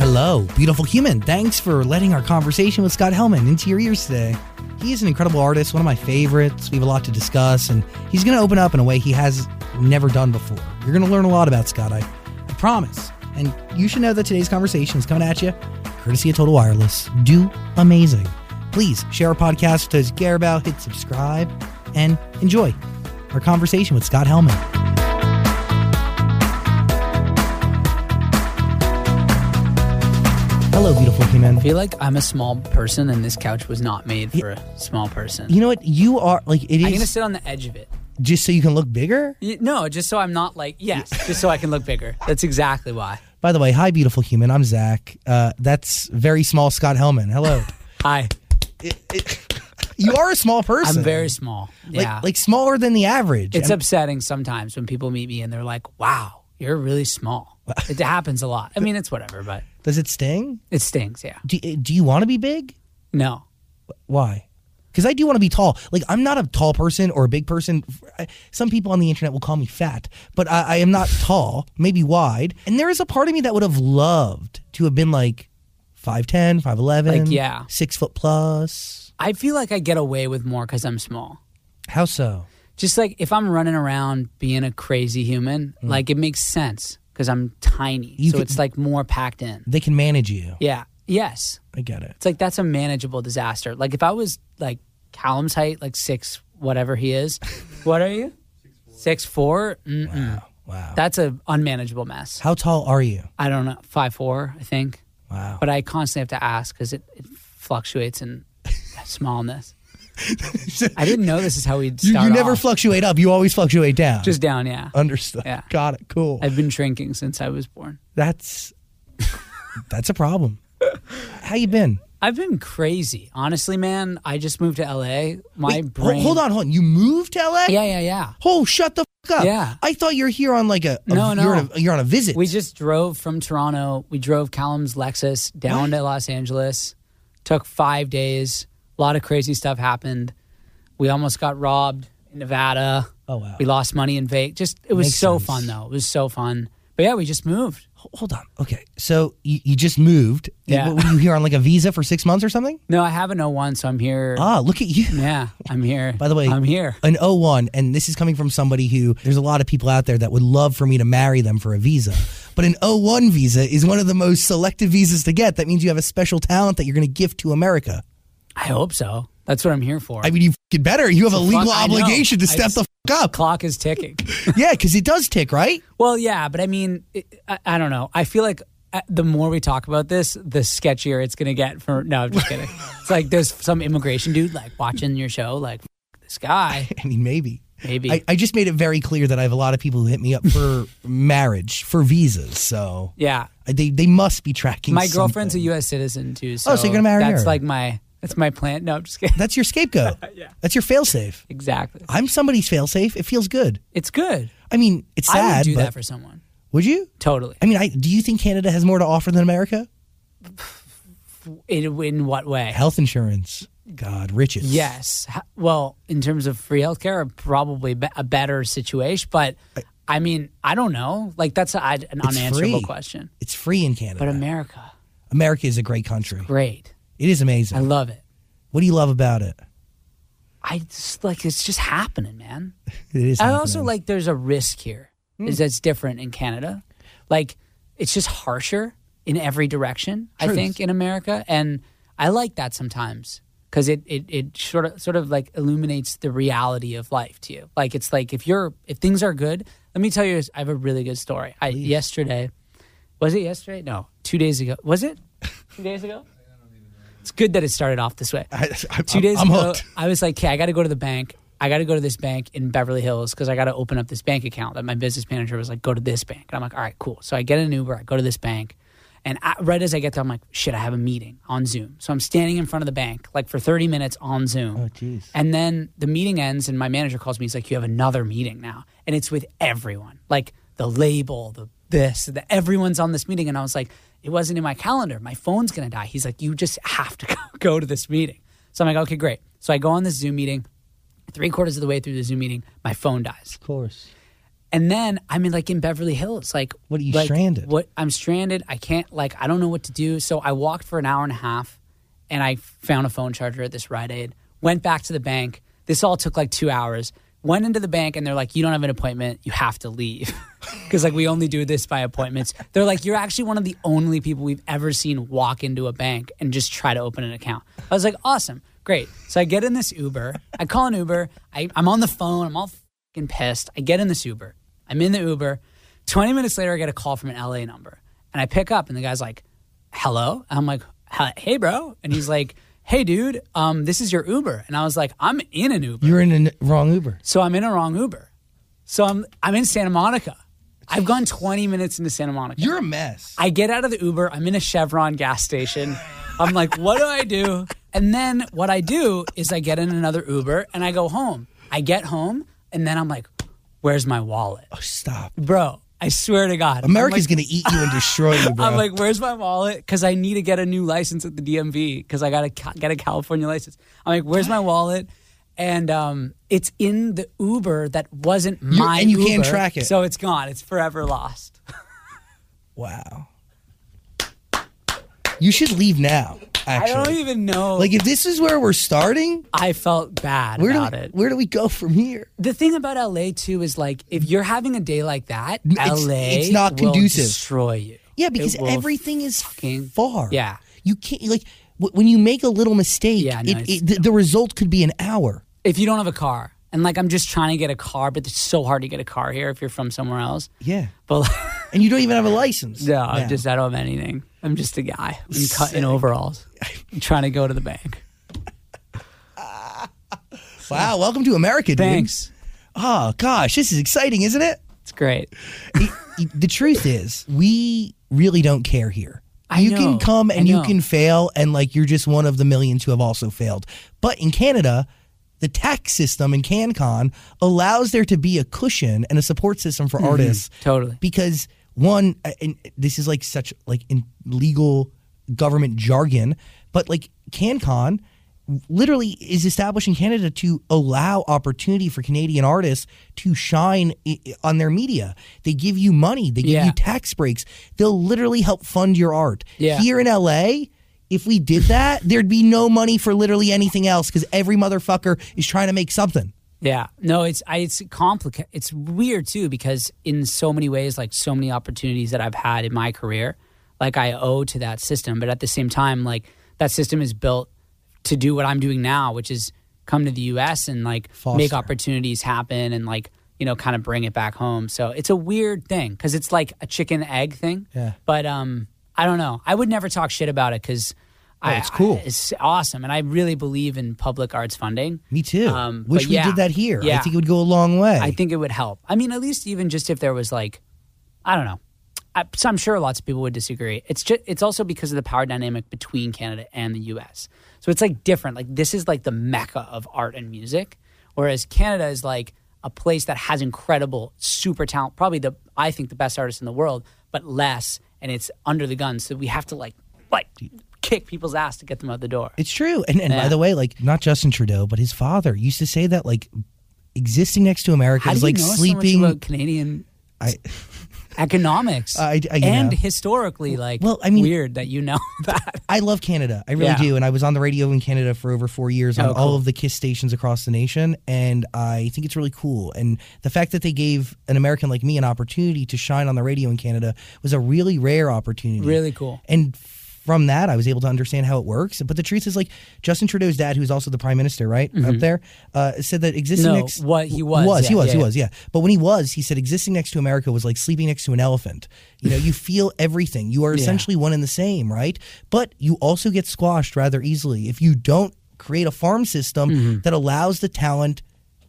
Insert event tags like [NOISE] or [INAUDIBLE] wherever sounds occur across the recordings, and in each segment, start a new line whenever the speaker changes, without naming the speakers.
Hello, beautiful human. Thanks for letting our conversation with Scott Hellman into your ears today. He is an incredible artist, one of my favorites. We have a lot to discuss, and he's going to open up in a way he has never done before. You're going to learn a lot about Scott, I, I promise. And you should know that today's conversation is coming at you courtesy of Total Wireless. Do amazing. Please share our podcast with those you care about, hit subscribe, and enjoy our conversation with Scott Hellman. Hello, beautiful human.
I feel like I'm a small person, and this couch was not made for a small person.
You know what? You are like it
I'm gonna
is
sit on the edge of it.
just so you can look bigger.
Y- No, just so I'm not like yes, just so I can look bigger. That's exactly why.
By the way, hi, beautiful human. I'm Zach. Uh, that's very small Scott Hellman.
[LAUGHS]
Hello.
Hi,
you are a small person.
I'm very small.
like,
Yeah,
like smaller than the average.
it's
And
upsetting sometimes when people meet me and they're like, "Wow, you're really small." It happens a lot. I mean, it's whatever, but
does it sting?
it stings. Yeah.
Do, do you want to be big?
No.
Why? Because I do want to be tall. Like I'm not a tall person or a big person. I- Some people on the internet will call me fat, but I, I am not tall. Maybe wide. And there is a part of me that would have loved to have been like 5'10", 5'11",
Like, yeah.
six foot plus.
I feel like I get away with more because I'm small.
How so?
Just like if I'm running around being a crazy human, like it makes sense because I'm tiny.
Mm. You
so
could-
it's like more packed in.
They can manage you.
Yeah. Yes.
I get it.
It's like that's a manageable disaster. Like if I was like Callum's height, like six whatever he is, [LAUGHS] what are you? Six four. Mm-mm.
Wow.
That's a unmanageable mess.
How tall are you?
I don't know five four. I think,
Wow.
but I constantly have to ask because it, it fluctuates in [LAUGHS] smallness. I didn't know this is how
[LAUGHS]
we'd
You,
start.
you never Oh.
off.
fluctuate up. You always fluctuate down.
just down. Yeah,
understood.
Yeah.
Got it. Cool.
I've been drinking since I was born. [LAUGHS]
that's that's a problem. How you been?
I've been crazy, honestly, man. I just moved to LA. My
Wait, ho-
brain.
Hold on, hold on. You moved to LA?
Yeah, yeah, yeah.
Oh, shut the fuck up.
Yeah.
I thought you're here on like a, a-
No, no.
You're on a, you're on a visit.
We just drove from Toronto. We drove Callum's Lexus down to Los Angeles. Took five days. A lot of crazy stuff happened. We almost got robbed in Nevada.
Oh, wow.
We lost money in Vegas. Just it was
Makes
so
sense.
fun though. It was so fun. But yeah, we just moved.
Ho- hold on. Okay. So you, you just moved. You-
Yeah.
Were you here on like a visa for six months or something?
No, I have an 01, so I'm here.
Ah, look at you.
Yeah, I'm here.
By the way,
I'm here.
An 01, and this is coming from somebody who there's a lot of people out there that would love for me to marry them for a visa. But an 01 visa is one of the most selective visas to get. That means you have a special talent that you're going to give to America.
I hope so. That's what I'm here for.
I mean, you get better. You have a
Fuck,
legal
I know.
obligation to
I
step the fuck up.
Clock is ticking.
[LAUGHS] yeah, because it does tick, right?
Well, yeah, but I mean, it, I, I don't know. I feel like uh, the more we talk about this, the sketchier it's going to get. For no, I'm just kidding.
[LAUGHS]
it's like there's some immigration dude like watching your show, like "F- this guy.
I mean, maybe.
Maybe.
I, I just made it very clear that I have a lot of people who hit me up for marriage, for visas. So
Yeah,
I- they, they must be tracking
my girlfriend's a
something. Oh,
U.S. citizen too. So
so you're gonna marry
That's
her.
like my that's my plan. No, I'm just
[LAUGHS]
kidding.
That's your
[LAUGHS]
scapegoat. That's your failsafe.
exactly.
I'm somebody's failsafe. It feels good.
It's good.
I mean, it's sad.
I would do
but-
that for someone.
Would you?
Totally.
I mean, I, do you think Canada has more to offer than America?
In, in what way?
Health insurance, God, riches.
Yes. H- Well, in terms of free healthcare, probably be- a better situation. But I mean, I don't know. Like that's a, I'd- an
It's
unanswerable
free.
question.
it's free in Canada.
But America,
America is a great country.
great.
It is
I
amazing.
love it.
What do you love about it?
I just like it's just happening, man.
It is.
I
happening.
also like there's a risk here. Is that's different in Canada. Like it's just harsher in every direction, I
Truth.
think, in America. And I like that sometimes. Cause it, it, it sort of sort of like illuminates the reality of life to you. Like it's like if you're if things are good, let me tell you I have a really good story. I yesterday was it yesterday? No. Two days ago.
[LAUGHS]
Was it? Two days ago? It's good that it started off this way
I, I,
2 days
I'm
ago,
hooked.
I was like, okay, I got to go to the bank. I got to go to this bank in Beverly Hills because I got to open up this bank account. That my business manager was like, go to this bank. And I'm like, all right, cool. So I get an Uber, I go to this bank. And I, right as I get there, I'm like, shit, I have a meeting on Zoom. So I'm standing in front of the bank like for 30 minutes on Zoom.
Oh, jeez.
And then the meeting ends, and my manager calls me. He's like, "You have another meeting now, and it's with everyone, like the label, the this, the everyone's on this meeting." And I was like, "It wasn't in my calendar. My phone's gonna die." He's like, "You just have to [LAUGHS] go to this meeting." So I'm like, "Okay, great." So I go on this Zoom meeting. Three quarters of the way through the Zoom meeting, my phone dies,
Of course.
and then I'm in like in Beverly Hills. Like,
What, are you
like,
stranded?
What I'm stranded. I can't like I don't know what to do. So I walked for an hour and a half, and I found a phone charger at this Rite Aid. Went back to the bank. This all took like two hours. Went into the bank and they're like, "You don't have an appointment. You have to leave," [LAUGHS] because like we only do this by appointments. They're like, "You're actually one of the only people we've ever seen walk into a bank and just try to open an account." I was like, "Awesome, great." So I get in this Uber. I call an Uber. I, I'm on the phone. I'm all fucking pissed. I get in this Uber. I'm in the Uber. 20 minutes later, I get a call from an LA number. And I pick up, and the guy's like, hello? And I'm like, "Hi- hey, bro. And he's like, [LAUGHS] hey, dude, um, this is your Uber. And I was like, I'm in an Uber.
You're in a n- wrong Uber.
So I'm in a wrong Uber. So I'm, I'm in Santa Monica. I've gone 20 minutes into Santa Monica.
You're a mess.
I get out of the Uber. I'm in a Chevron gas station. I'm like, what do I do? And then what I do is I get in another Uber and I go home. I get home and then I'm like, where's my wallet?
oh, stop.
Bro, I swear to God. I'm
America's
like-
gonna eat you and destroy you, bro.
[LAUGHS] I'm like, where's my wallet? Because I need to get a new license at the DMV because I got to ca- get a California license. I'm like, where's my wallet? And um, it's in the Uber that wasn't my
and you can't
Uber,
track it.
So it's gone. It's forever lost. [LAUGHS]
wow. You should leave now. Actually,
I don't even know.
like if this is where we're starting,
I felt bad
where do
about
we,
it.
where do we go from here?
The thing about LA too is like if you're having a day like that,
It's-
LA
it's not
will
conducive.
destroy you.
Yeah,
It
because
will
everything is
fucking-
far.
Yeah.
you can't like w- when you make a little mistake.
Yeah, no,
it,
it's-
it, the, the result could be an hour.
if you don't have a car and like i'm just trying to get a car but it's so hard to get a car here if you're from somewhere else
Yeah,
but like,
and you don't even have a license.
[LAUGHS] no
now.
i'm just i don't have anything i'm just a guy i'm cut in overalls I'm trying to go to the bank
wow. Welcome to America, dude.
thanks
Oh gosh, this is exciting, isn't it?
it's great
It- it- the truth is, we really don't care here.
I
you
know,
can come
I
and you
know.
can fail, and like you're just one of the millions who have also failed. But in Canada, the tax system in CanCon allows there to be a cushion and a support system for artists.
Mm-hmm. totally.
Because one, uh, and this is like such like in legal government jargon, but like CanCon literally is established in Canada to allow opportunity for Canadian artists to shine i- i- on their media. They give you money, they give
Yeah.
you tax breaks. They'll literally help fund your art.
Yeah.
Here in LA, if we did that, there'd be no money for literally anything else cuz every motherfucker is trying to make something.
Yeah. No, it's I, it's complicated. It's weird too because in so many ways, like so many opportunities that I've had in my career, like I owe to that system. But at the same time, like that system is built to do what I'm doing now, which is come to the U.S. and like make
Foster.
opportunities happen and like you know kind of bring it back home. So it's a weird thing because it's like a chicken egg thing.
Yeah.
But um, I don't know. I would never talk shit about it because. I,
Oh, it's cool.
I- it's awesome, and I really believe in public arts funding.
Me too.
Um,
Wish
but
we
yeah.
did that here. I
Yeah.
think it would go a long way.
I think it would help. I mean, at least even just if there was like, I don't know. I, so I'm sure lots of people would disagree. It's just it's also because of the power dynamic between Canada and the U.S. So it's like different. Like this is like the mecca of art and music, whereas Canada is like a place that has incredible super talent, probably the I think the best artists in the world, but less, and it's under the gun. So we have to like like kick people's ass to get them out the door.
It's true. And and by
Yeah.
the way, like not Justin Trudeau, but his father used to say that like existing next to America
How do
is
you
like
know so much
sleeping.
about Canadian?
I- [LAUGHS]
economics
I- I- you
and
know.
historically like
Well, I mean-
weird that you know [LAUGHS] that
I love Canada. I really
Yeah.
do. And I was on the radio in Canada for over four years on
Oh,
all
cool.
of the KISS stations across the nation. And I think it's really cool. And the fact that they gave an American like me an opportunity to shine on the radio in Canada was a really rare opportunity.
really cool
And from that, I was able to understand how it works. But the truth is, like, Justin Trudeau's dad, who's also the prime minister, right, up there, uh, said that existing
Mm-hmm. No,
next.
what he was,
Was,
yeah,
he was,
yeah,
he
yeah.
was, yeah. But when he was, he said existing next to America was like sleeping next to an elephant. You know, you feel everything. You are essentially one and the same, right? But you also get squashed rather easily if you don't create a farm system
Mm-hmm.
that allows the talent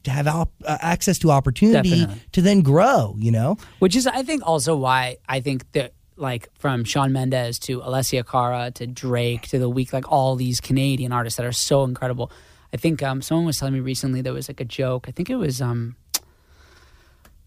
to have op- uh, access to opportunity
Definitely.
to then grow, you know?
which is i think also why i think that like from Sean Mendes to Alessia Cara to Drake to The Week, like all these Canadian artists that are so incredible. I think um, someone was telling me recently there was like a joke. I think it was um,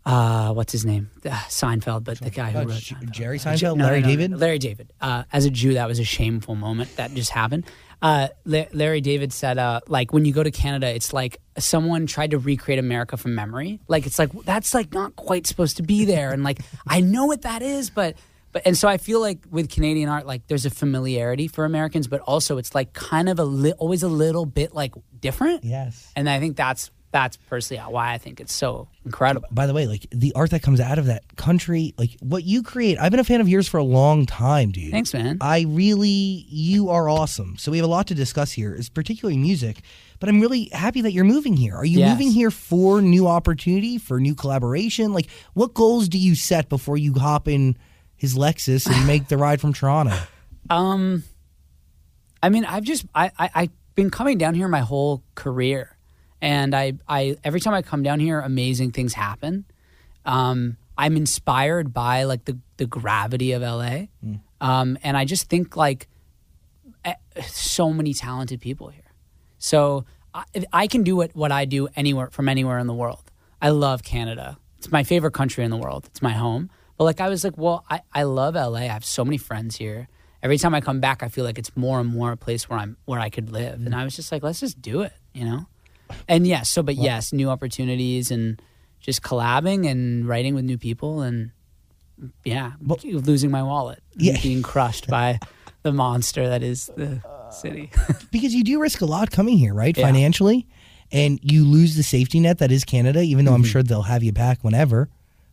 uh, what's his name, uh, Seinfeld, but the guy who
Uh,
wrote
J-
Seinfeld.
Jerry
Uh, J-
Seinfeld,
no, no,
Larry
no, no,
David.
Larry David. Uh, as a Jew, that was a shameful moment that just happened. Uh, La- Larry David said, uh, like, when you go to Canada, it's like someone tried to recreate America from memory. Like, it's like, that's like not quite supposed to be there. And like, I know what that is, but, but, and so I feel like with Canadian art, like, there's a familiarity for Americans, but also it's like kind of a li- always a little bit like different.
Yes.
And I think that's, that's personally why I think it's so incredible.
by the way, like the art that comes out of that country, like what you create, I've been a fan of yours for a long time, dude.
Thanks, man.
I really, you are awesome. So we have a lot to discuss here, is particularly music. But I'm really happy that you're moving here. Are you
Yes.
moving here for new opportunity, for new collaboration? Like, what goals do you set before you hop in his Lexus and make the ride from Toronto?
Um, I mean, I've just I, I I've been coming down here my whole career, and I I every time I come down here, amazing things happen. Um, I'm inspired by like the the gravity of LA, um, and I just think like eh, so many talented people here. So I, I can do what what I do anywhere from anywhere in the world. I love Canada. It's my favorite country in the world. It's my home. But like I was like, well, I, I love LA. I have so many friends here. Every time I come back, I feel like it's more and more a place where I'm where I could live. And I was just like, let's just do it, you know. And yes, so but yes, new opportunities and just collabing and writing with new people and yeah, losing my wallet,
Yeah.
being crushed by the monster that is the city.
because you do risk a lot coming here, right?
Yeah.
Financially, and you lose the safety net that is Canada. Even though
Mm-hmm.
I'm sure they'll have you back whenever,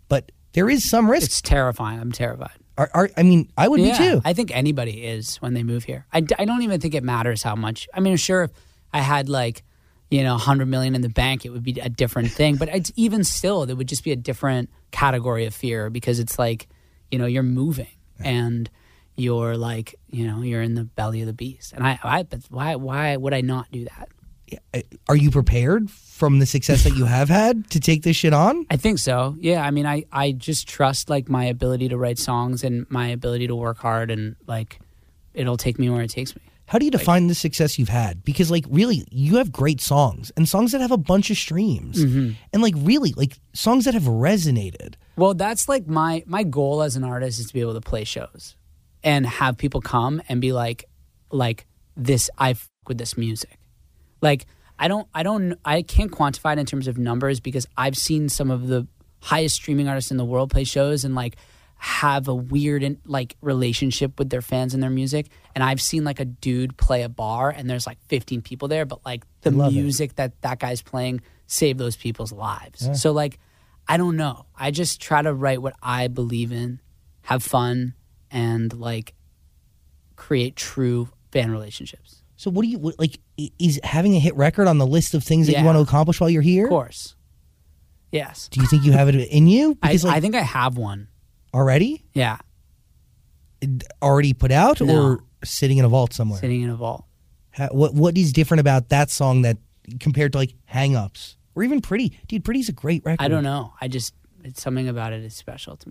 but there is some risk.
It's terrifying. I'm terrified.
Are, are, I mean, I would be too.
I think anybody is when they move here. I, d- I don't even think it matters how much. I mean, sure, if I had like, you know, 100 million in the bank, it would be a different thing. But it's even still, there would just be a different category of fear because it's like, you know, you're moving and you're like, you know, you're in the belly of the beast. And I, I but why, why would I not do that?
Are you prepared from the success that you have had to take this shit on?
I think so. Yeah. I mean, I, I just trust like my ability to write songs and my ability to work hard and like, it'll take me where it takes me.
How do you define the success you've had? Because like really, you have great songs and songs that have a bunch of streams,
Mm-hmm.
and like really, like songs that have resonated.
Well, that's like my my goal as an artist is to be able to play shows and have people come and be like, like this. I f- with this music. Like I don't, I don't, I can't quantify it in terms of numbers because I've seen some of the highest streaming artists in the world play shows and like have a weird and like relationship with their fans and their music. And I've seen like a dude play a bar and there's like 15 people there, but like the
love it.
music that that guy's playing saved those people's lives. So like, I don't know. I just try to write what I believe in, have fun, and like create true fan relationships.
So what do you what, like? i- Is having a hit record on the list of things that you
Yeah.
want to accomplish while you're here?
Of course. Yes.
Do you think you have it in you?
I,
Because like
I think I have one.
already,
Yeah.
already put out,
No.
or sitting in a vault somewhere.
Sitting in a vault.
Ha- what what is different about that song that compared to like Hang Ups or even Pretty? Dude, Pretty's a great record.
I don't know. I just, it's something about it is special to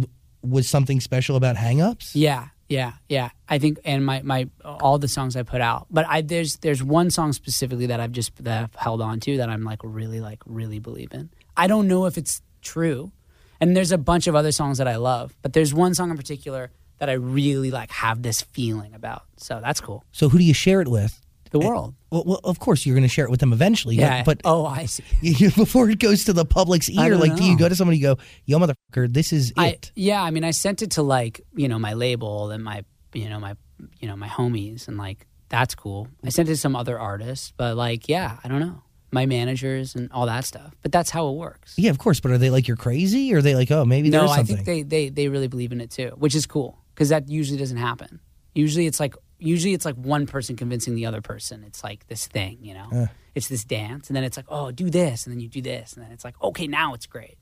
me.
Was something special about Hang Ups?
Yeah. Yeah. Yeah. I think, and my, my, all the songs I put out, but I, there's, there's one song specifically that I've just, that I've held on to that I'm like really, like really believe in. I don't know if it's true. And there's a bunch of other songs that I love, but there's one song in particular that I really like have this feeling about. So that's cool.
So who do you share it with?
the world.
Well, well, of course, you're going to share it with them eventually. but- [LAUGHS]
yeah.
But,
oh, I see.
before it goes to the public's
I
ear,
don't
like, do you
know.
go to somebody and go, yo, motherfucker, this is
I,
it?
yeah, I mean, I sent it to like you know my label and my you know my you know my homies and like that's cool. I sent it to some other artists, but like yeah, I don't know my managers and all that stuff. But that's how it works.
Yeah, of course. But are they like, you're crazy? Or are they like, oh, maybe
no,
there's
I
something?
think they they they really believe in it too, which is cool because that usually doesn't happen. Usually it's like usually it's like one person convincing the other person. It's like this thing, you know. It's this dance, and then it's like, oh, do this, and then you do this, and then it's like, okay, now it's great.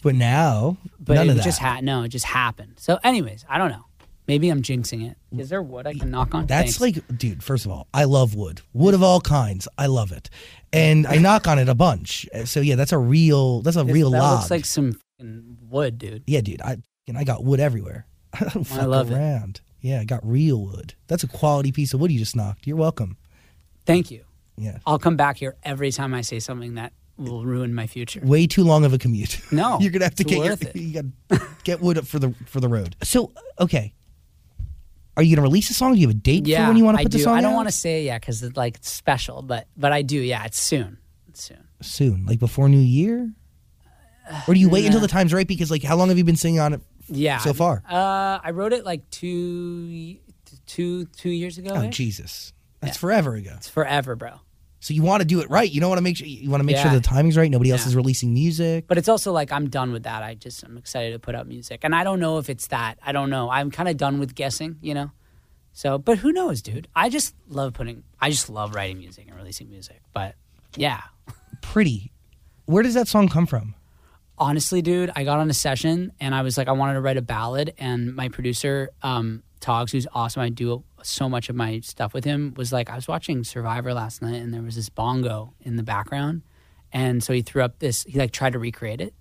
but now,
But
none
it
of that.
just ha- no, it just happened. So, anyways, I don't know. Maybe I'm jinxing it. Is there wood I can knock on?
That's
Thanks.
like, dude, first of all, I love wood, wood of all kinds. I love it. And I knock on it a bunch. Uh, So, yeah, that's a real, that's a
This-
real
that
log.
looks like some fucking wood, dude.
yeah, dude, I, and I got wood everywhere. [LAUGHS] I don't fuck
love it.
around. Yeah, I got real wood. That's a quality piece of wood you just knocked. You're welcome.
Thank you.
Yeah.
I'll come back here every time I say something that will ruin my future.
way too long of a commute.
[LAUGHS] No,
you're gonna have to
it's
get your,
worth
[LAUGHS]
it.
you gotta get wood up for the for the road. So okay, are you gonna release a song? Do you have a date
Yeah,
for when you want to
I
put
do.
the song?
I don't
want
to say yeah because it's like it's special, but but I do. Yeah, it's soon. It's soon.
soon, like before New Year, or do you wait
[SIGHS]
until the time's right? Because like, how long have you been singing on it?
Yeah.
so far.
uh, I wrote it like two two two years ago.
Oh
eh?
Jesus, that's forever ago.
It's forever, bro.
So you want to do it right. You don't want to make sure you want to make sure
Yeah.
the timing's right. Nobody else
Yeah.
is releasing music.
But it's also like I'm done with that. I just I'm excited to put out music, and I don't know if it's that. I don't know. I'm kind of done with guessing, you know. So, but who knows, dude? I just love putting. I just love writing music and releasing music. But yeah,
Pretty. Where does that song come from?
honestly, dude, I got on a session and I was like, I wanted to write a ballad, and my producer, um, Togs, who's awesome, I do so much of my stuff with him, was like, I was watching Survivor last night, and there was this bongo in the background, and so he threw up this, he like tried to recreate it,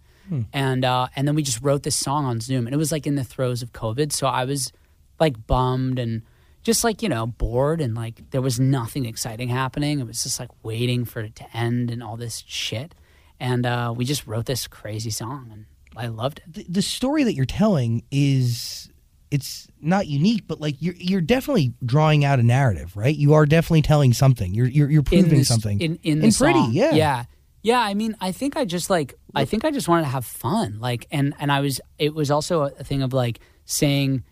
and uh, and then we just wrote this song on Zoom, and it was like in the throes of COVID, so I was like bummed and just like you know bored and like there was nothing exciting happening it was just like waiting for it to end and all this shit and uh, we just wrote this crazy song and i loved it
the, the story that you're telling is it's not unique, but like you're you're definitely drawing out a narrative, right? You are definitely telling something. You're you're, you're proving
this-
something
in in the
pretty,
song.
yeah,
yeah yeah i mean i think i just like i think i just wanted to have fun like and and i was it was also a thing of like saying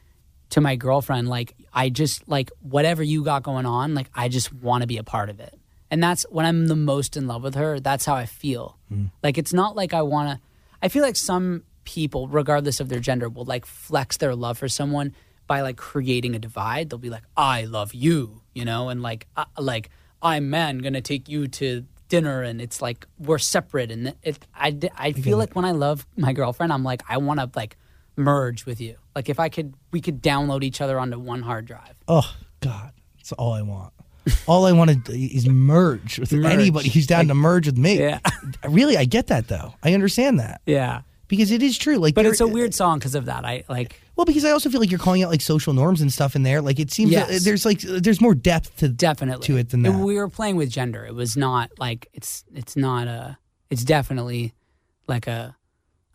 to my girlfriend like i just like whatever you got going on like i just want to be a part of it and that's when i'm the most in love with her that's how i feel
Mm.
like it's not like i want to i feel like some people regardless of their gender will like flex their love for someone by like creating a divide they'll be like i love you you know and like uh, like i'm man gonna take you to dinner and it's like we're separate and it, I, d- I feel like when i love my girlfriend i'm like i want to like merge with you like if i could we could download each other onto one hard drive
Oh God, that's all I want. All I want to do is merge with
Merge.
anybody who's down to merge with me.
Yeah.
[LAUGHS] really, I get that though. I understand that
yeah
because it is true. Like,
but
there-
it's a weird song because of that i like
Well, because I also feel like you're calling out like social norms and stuff in there. Like, it seems
Yes.
that uh, there's like there's more depth to
definitely
to it than that.
And we were playing with gender it was not like it's it's not a it's definitely like a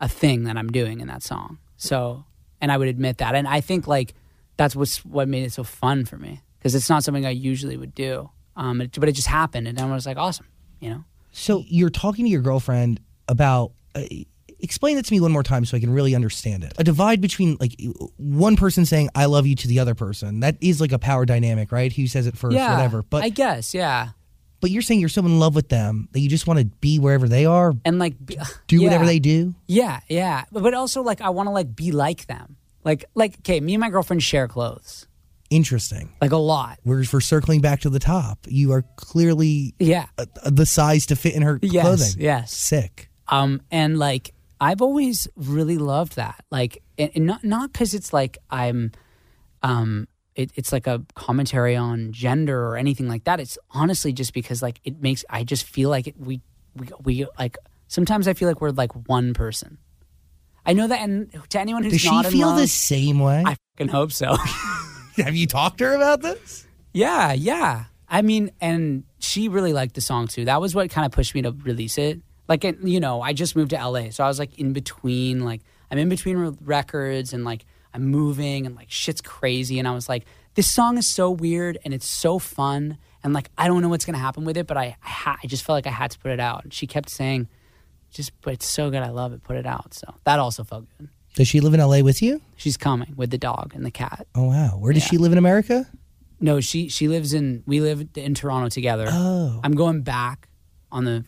a thing that i'm doing in that song so and i would admit that and i think like that's what's what made it so fun for me because it's not something i usually would do um it- but it just happened and i was like awesome you know
So you're talking to your girlfriend about. Uh, explain that to me one more time so I can really understand it. A divide between like one person saying "I love you" to the other person that is like a power dynamic, right? Who says it first,
yeah
whatever. But
i guess yeah
but you're saying you're so in love with them that you just want to be wherever they are,
and like be-
do whatever
yeah.
they do.
Yeah, yeah. But, but also like I want to like be like them. Like like okay, me and my girlfriend share clothes.
Interesting.
Like a lot.
We're we're circling back to the top. You are clearly
Yeah.
uh, the size to fit in her
Yes,
clothing.
yes.
Sick.
Um and like I've always really loved that. Like and, and not not cuz it's like I'm um it, it's like a commentary on gender or anything like that. It's honestly just because like it makes I just feel like it, we we we like sometimes I feel like we're like one person. I know that and to anyone who's
Does she
not in
feel
love,
the same way?
I fucking hope so.
[LAUGHS] Have you talked to her about this?
Yeah, yeah. I mean, and she really liked the song too. That was what kind of pushed me to release it. Like, it, you know, I just moved to LA, so I was like in between. Like, I'm in between re- records, and like I'm moving, and like shit's crazy. And I was like, this song is so weird, and it's so fun, and like I don't know what's gonna happen with it, but I I, ha- I just felt like I had to put it out. And she kept saying, "Just, but it's so good. I love it. Put it out." So that also felt good.
Does she live in LA with you?
She's coming with the dog and the cat.
Oh wow. Where does she live in America?
No, she she lives in we live in Toronto together.
Oh.
I'm going back on the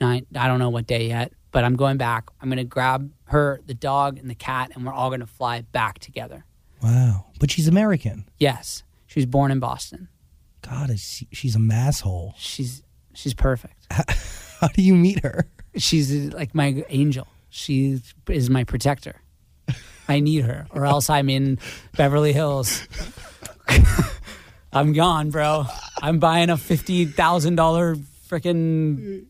night. I don't know what day yet, but I'm going back. I'm gonna grab her, the dog, and the cat, and we're all gonna fly back together.
Wow. But she's American.
Yes, she was born in Boston.
God, is she, she's a masshole. [LAUGHS]
She's she's perfect.
How do you meet her?
She's like my angel. She is my protector. I need her, or else I'm in Beverly Hills. [LAUGHS] I'm gone, bro. I'm buying a fifty thousand dollar freaking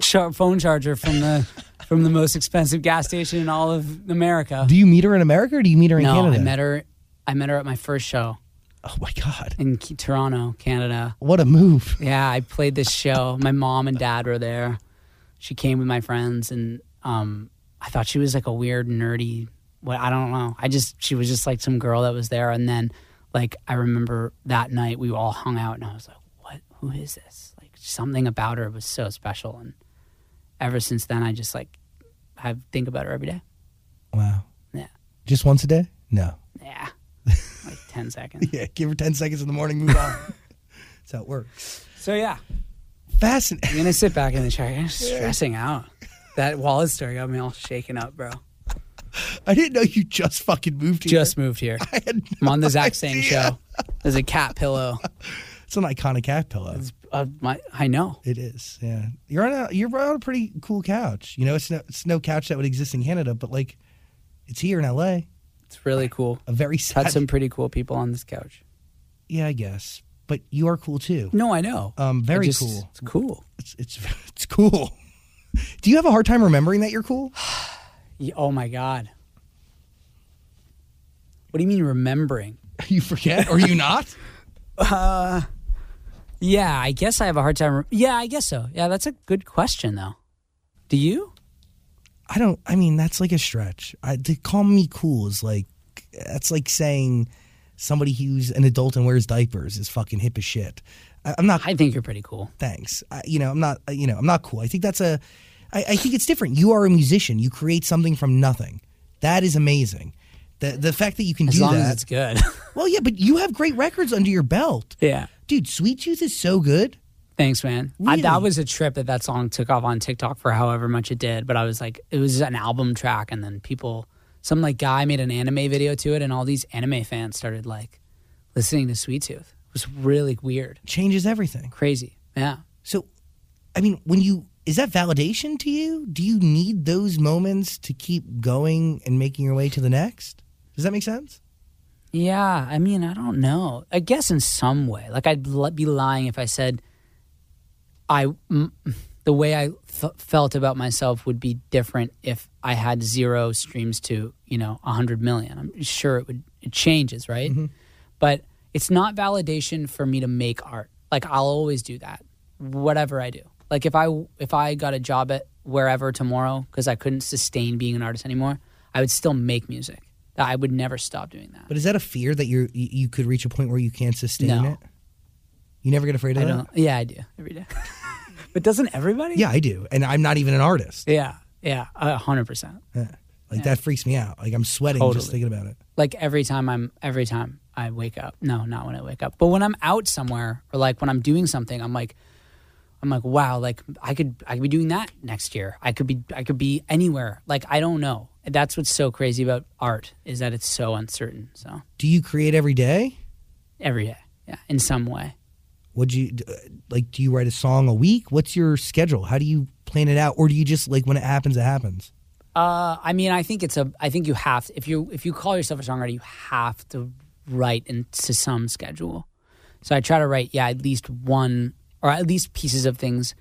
char- phone charger from the from the most expensive gas station in all of America.
Do you meet her in America or do you meet her in
no,
Canada?
I met her. I met her at my first show
Oh my God.
in K- Toronto, Canada.
What a move.
Yeah, I played this show. My mom and dad were there. She came with my friends, and um, I thought she was like a weird, nerdy. What I don't know. I just she was just like some girl that was there. And then, like I remember that night we all hung out, and I was like, "What? Who is this?" Like something about her was so special, and ever since then, I just like I think about her every day.
Wow.
Yeah,
Just once a day? No.
yeah, like ten [LAUGHS] seconds.
[LAUGHS] Yeah, give her 10 seconds in the morning, move on. [LAUGHS] That's how it works.
So yeah.
Fascinating.
I'm gonna sit back in the chair. I'm stressing out. That wallet story got me all shaken up, bro.
[LAUGHS] I didn't know you just fucking moved here.
Just moved here.
[LAUGHS] I had
I'm
no
on the Zach Sang
idea.
show. There's a cat pillow.
It's an iconic cat pillow.
Uh, my, I know.
It is, yeah. You're on a you're on a pretty cool couch. You know, it's no it's no couch that would exist in Canada, but like, it's here in L.A.
It's really cool.
A very [LAUGHS] sad,
Had some pretty cool people on this couch.
yeah, I guess. But you are cool too.
No, I know.
Um, very
I just-
cool.
It's cool.
It's it's [LAUGHS] it's cool. Do you have a hard time remembering that you're cool? [LAUGHS]
Ye- oh my god. What do you mean remembering?
You forget, or you not? [LAUGHS]
Yeah, I guess I have a hard time. Re- yeah, I guess so. Yeah, that's a good question though. Do you?
I don't. I mean, that's like a stretch. I, to call me cool is like that's like saying somebody who's an adult and wears diapers is fucking hip as shit. I, I'm not. [LAUGHS]
I think you're pretty cool.
thanks. I, you know, I'm not. You know, I'm not cool. I think that's a. I, I think it's different. You are a musician. You create something from nothing. That is amazing. The the fact that you can
As
do
long
that.
as it's good. [LAUGHS]
well, yeah, but you have great records under your belt,
yeah.
dude. Sweet Tooth is so good.
Thanks, man. I,
Really?
that was a trip that that song took off on TikTok for however much it did. But I was like, it was an album track, and then people, some like guy made an anime video to it, and all these anime fans started like listening to Sweet Tooth. It was really weird,
Changes everything.
crazy. Yeah,
So, I mean, when you is that validation to you? Do you need those moments to keep going and making your way to the next? Does that make sense?
yeah. I mean, I don't know. I guess in some way, like I'd li- be lying if I said I m- the way I f- felt about myself would be different if I had zero streams to you know a hundred million. I'm sure it would it changes, right? But it's not validation for me to make art. Like I'll always do that, whatever I do. Like if I if I got a job at wherever tomorrow because I couldn't sustain being an artist anymore, I would still make music. I would never stop doing that.
But is that a fear that you're you- you could reach a point where you can't sustain
No.
it? You never get afraid of
I
that?
don't. Yeah, I do every day. [LAUGHS] but doesn't everybody?
Yeah, I do, and I'm not even an artist.
Yeah. Yeah. A hundred percent.
Yeah. Like that freaks me out. Like I'm sweating just
Totally.
thinking about it.
like every time I'm every time I wake up. No, not when I wake up. But when I'm out somewhere or like when I'm doing something, I'm like I'm like, wow, like I could I could be doing that next year. I could be I could be anywhere. Like I don't know. That's what's so crazy about art is that it's so uncertain. So
Do you create every day?
every day. Yeah. In some way.
Would you d- like? Do you write a song a week? What's your schedule? How do you plan it out, or do you just like when it happens, it happens?
Uh, I mean, I think it's a. I think you have if you if you call yourself a songwriter, you have to write into some schedule. So I try to write, yeah, at least one or at least pieces of things.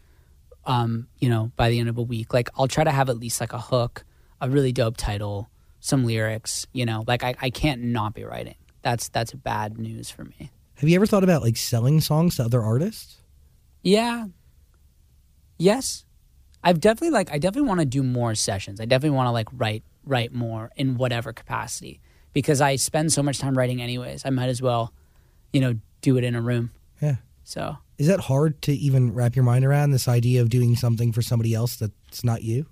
Um, you know, by the end of a week, like I'll try to have at least like a hook, a really dope title, some lyrics. You know, like I, I can't not be writing. That's that's bad news for me.
Have you ever thought about like selling songs to other artists?
Yeah. Yes. I've definitely like I definitely want to do more sessions. I definitely want to like write write more in whatever capacity because I spend so much time writing anyways. I might as well, you know, do it in a room.
Yeah.
So
Is that hard to even wrap your mind around this idea of doing something for somebody else that's not you?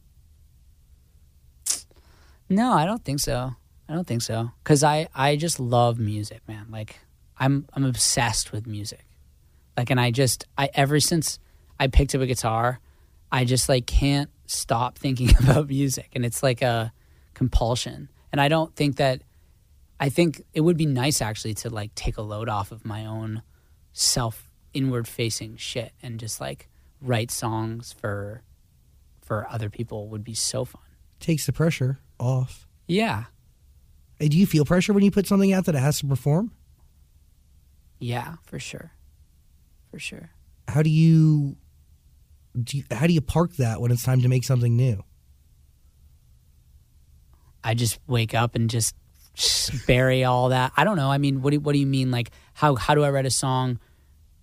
No, I don't think so. I don't think so. Cause I I just love music, man. Like I'm I'm obsessed with music. Like and I just I ever since I picked up a guitar, I just like can't stop thinking [LAUGHS] about music and it's like a compulsion. And I don't think that I think it would be nice actually to like take a load off of my own self inward facing shit and just like write songs for for other people would be so fun.
Takes the pressure off.
Yeah.
Hey, Do you feel pressure when you put something out that it has to perform?
Yeah, for sure. For sure.
How do you, do you how do you park that when it's time to make something new?
I just wake up and just bury all that. I don't know. I mean, what do what do you mean? Like how how do I write a song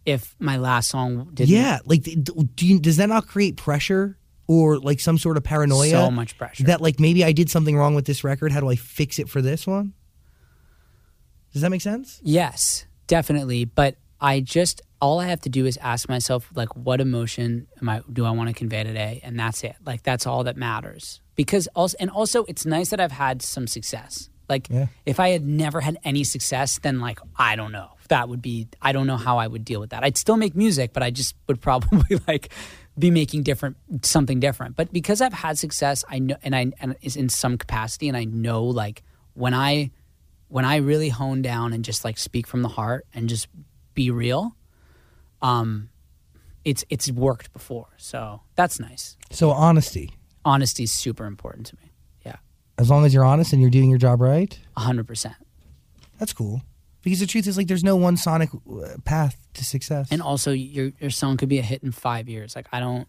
if my last song didn't
yeah, like d- do you, does that not create pressure or like some sort of paranoia?
so much pressure?
that like maybe I did something wrong with this record. How do I fix it for this one? Does that make sense?
Yes, definitely. But I just all I have to do is ask myself like what emotion am I do I want to convey today? And that's it. Like that's all that matters. Because also and also it's nice that I've had some success. Like
Yeah.
if I had never had any success, then like I don't know. That would be I don't know how I would deal with that. I'd still make music, but I just would probably [LAUGHS] like be making different something different. But because I've had success, I know and I and is in some capacity and I know like when I when I really hone down and just like speak from the heart and just be real, um, it's it's worked before, so that's nice.
So honesty.
Honesty is super important to me. Yeah,
As long as you're honest and you're doing your job right,
hundred percent.
that's cool. Because the truth is like there's no one sonic uh, path to success.
And also, your your song could be a hit in five years. Like I don't,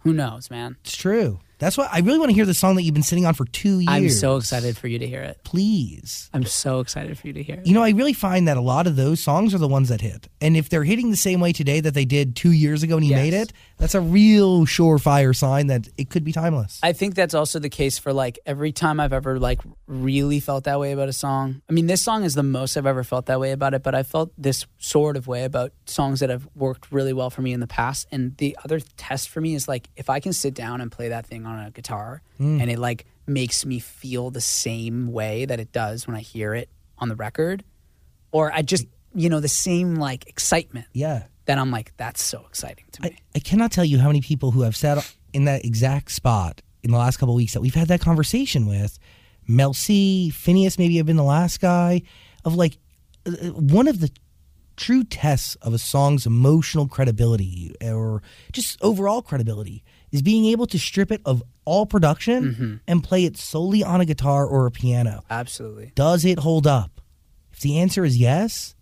who knows, man.
it's true. That's why I really want to hear the song that you've been sitting on for 2 years.
I'm so excited for you to hear it.
Please.
I'm so excited for you to hear it.
You know, I really find that a lot of those songs are the ones that hit. And if they're hitting the same way today that they did two years ago when he
Yes.
made it, that's a real surefire sign that it could be timeless.
I think that's also the case for like every time I've ever like really felt that way about a song. I mean, this song is the most I've ever felt that way about it, but I felt this sort of way about songs that have worked really well for me in the past. And the other test for me is like if I can sit down and play that thing on a guitar and it like makes me feel the same way that it does when I hear it on the record, or I just, you know, the same like excitement,
yeah.
then I'm like, that's so exciting to me.
I, I cannot tell you how many people who have sat in that exact spot in the last couple of weeks that we've had that conversation with. Mel C, Phineas, maybe have been the last guy of like uh, uh, one of the true tests of a song's emotional credibility or just overall credibility is being able to strip it of all production and play it solely on a guitar or a piano.
Absolutely.
Does it hold up? If the answer is yes,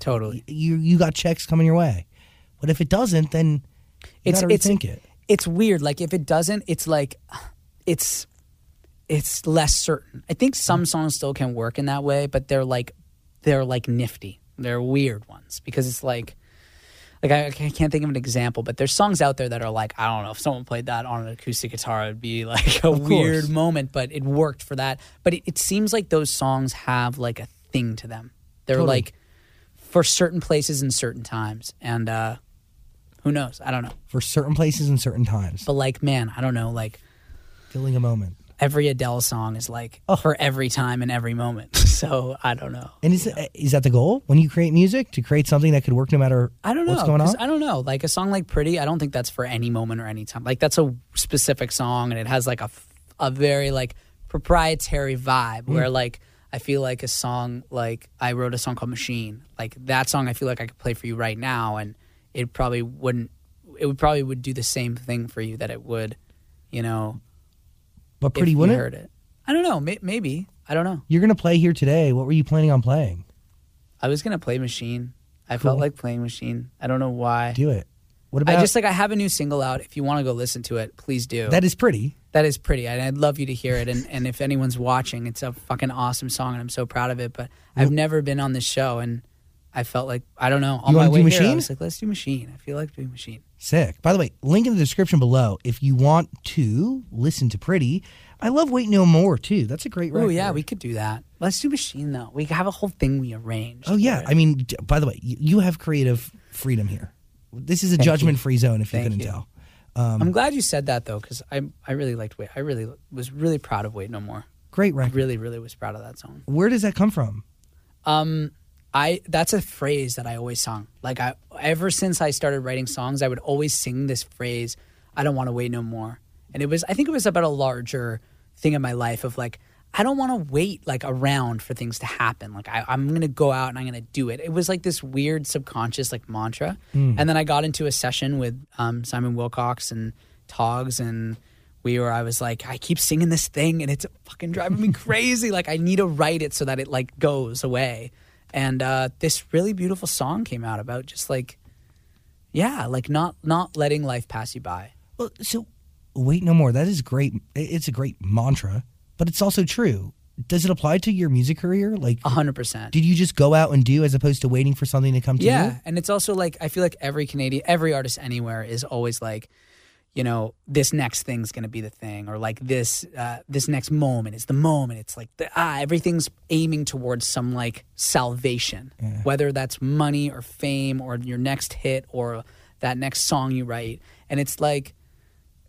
Totally.
you you got checks coming your way. But if it doesn't, then you
It's-
gotta
it's-
rethink it.
it's weird. Like if it doesn't, it's like it's it's less certain. I think
Mm-hmm.
some songs still can work in that way, but they're like they're like nifty. They're weird ones because it's like like I, I can't think of an example, but there's songs out there that are like I don't know if someone played that on an acoustic guitar, it'd be [LAUGHS] like a
course.
weird moment, but it worked for that. But it, it seems like those songs have like a thing to them. They're
Totally.
like for certain places and certain times, and uh, who knows? I don't know.
for certain places and certain times,
But like, man, I don't know. Like
filling a moment.
every Adele song is like for every time and every moment. [LAUGHS] So I don't know.
And is is that the goal when you create music to create something that could work no matter
I don't know.
what's going
'cause
on?
I don't know. Like a song like Pretty, I don't think that's for any moment or any time. Like that's a specific song and it has like a f- a very like proprietary vibe
Mm.
where like I feel like a song like I wrote a song called Machine. Like that song I feel like I could play for you right now and it probably wouldn't it would probably would do the same thing for you that it would, you know,
but
if
pretty
you
winner,
heard it. I don't know. May- maybe. I don't know.
you're gonna play here today. What were you planning on playing?
I was gonna play Machine. I
Cool.
felt like playing Machine. I don't know why.
Do it. What about
I just like I have a new single out. If you want to go listen to it, please do.
that? Is pretty.
that is pretty, and I'd love you to hear it. And, and if anyone's watching, it's a fucking awesome song, and I'm so proud of it. But I've never been on this show, and I felt like I don't know. On
You
my
wanna
way
do
here, I
Machine?
was like, let's do machine. I feel like doing machine.
Sick. By the way, link in the description below if you want to listen to Pretty. I love Wait No More too. That's a great record.
Oh yeah, we could do that. Let's do machine though. We have a whole thing we arranged.
Oh yeah.
for it.
I mean, d- by the way, you, you have creative freedom here. This is a judgment-free zone. If you
Thank
couldn't
you.
tell,
I'm glad you said that though, because I I really liked wait. I really was really proud of wait no more.
great record.
Really, really was proud of that song.
Where does that come from?
Um, I that's a phrase that I always sung. Like I ever since I started writing songs, I would always sing this phrase, I don't want to wait no more. And it was I think it was about a larger thing in my life of like I don't want to wait like around for things to happen. Like I, I'm gonna go out and I'm gonna do it. It was like this weird subconscious like mantra. And then I got into a session with um, Simon Wilcox and Togs and we were i was like i keep singing this thing and it's fucking driving me [LAUGHS] crazy like i need to write it so that it like goes away and uh, this really beautiful song came out about just like yeah like not not letting life pass you by
Well, so Wait No More. That is great. i- It's a great mantra, but it's also true. Does it apply to your music career? Like,
A 100%
did you just go out and do as opposed to waiting for something to come to
yeah
you?
and it's also like i feel like every canadian every artist anywhere is always like you know this next thing's gonna be the thing or like this uh, this next moment is the moment it's like the, ah everything's aiming towards some like salvation whether that's money or fame or your next hit or that next song you write and it's like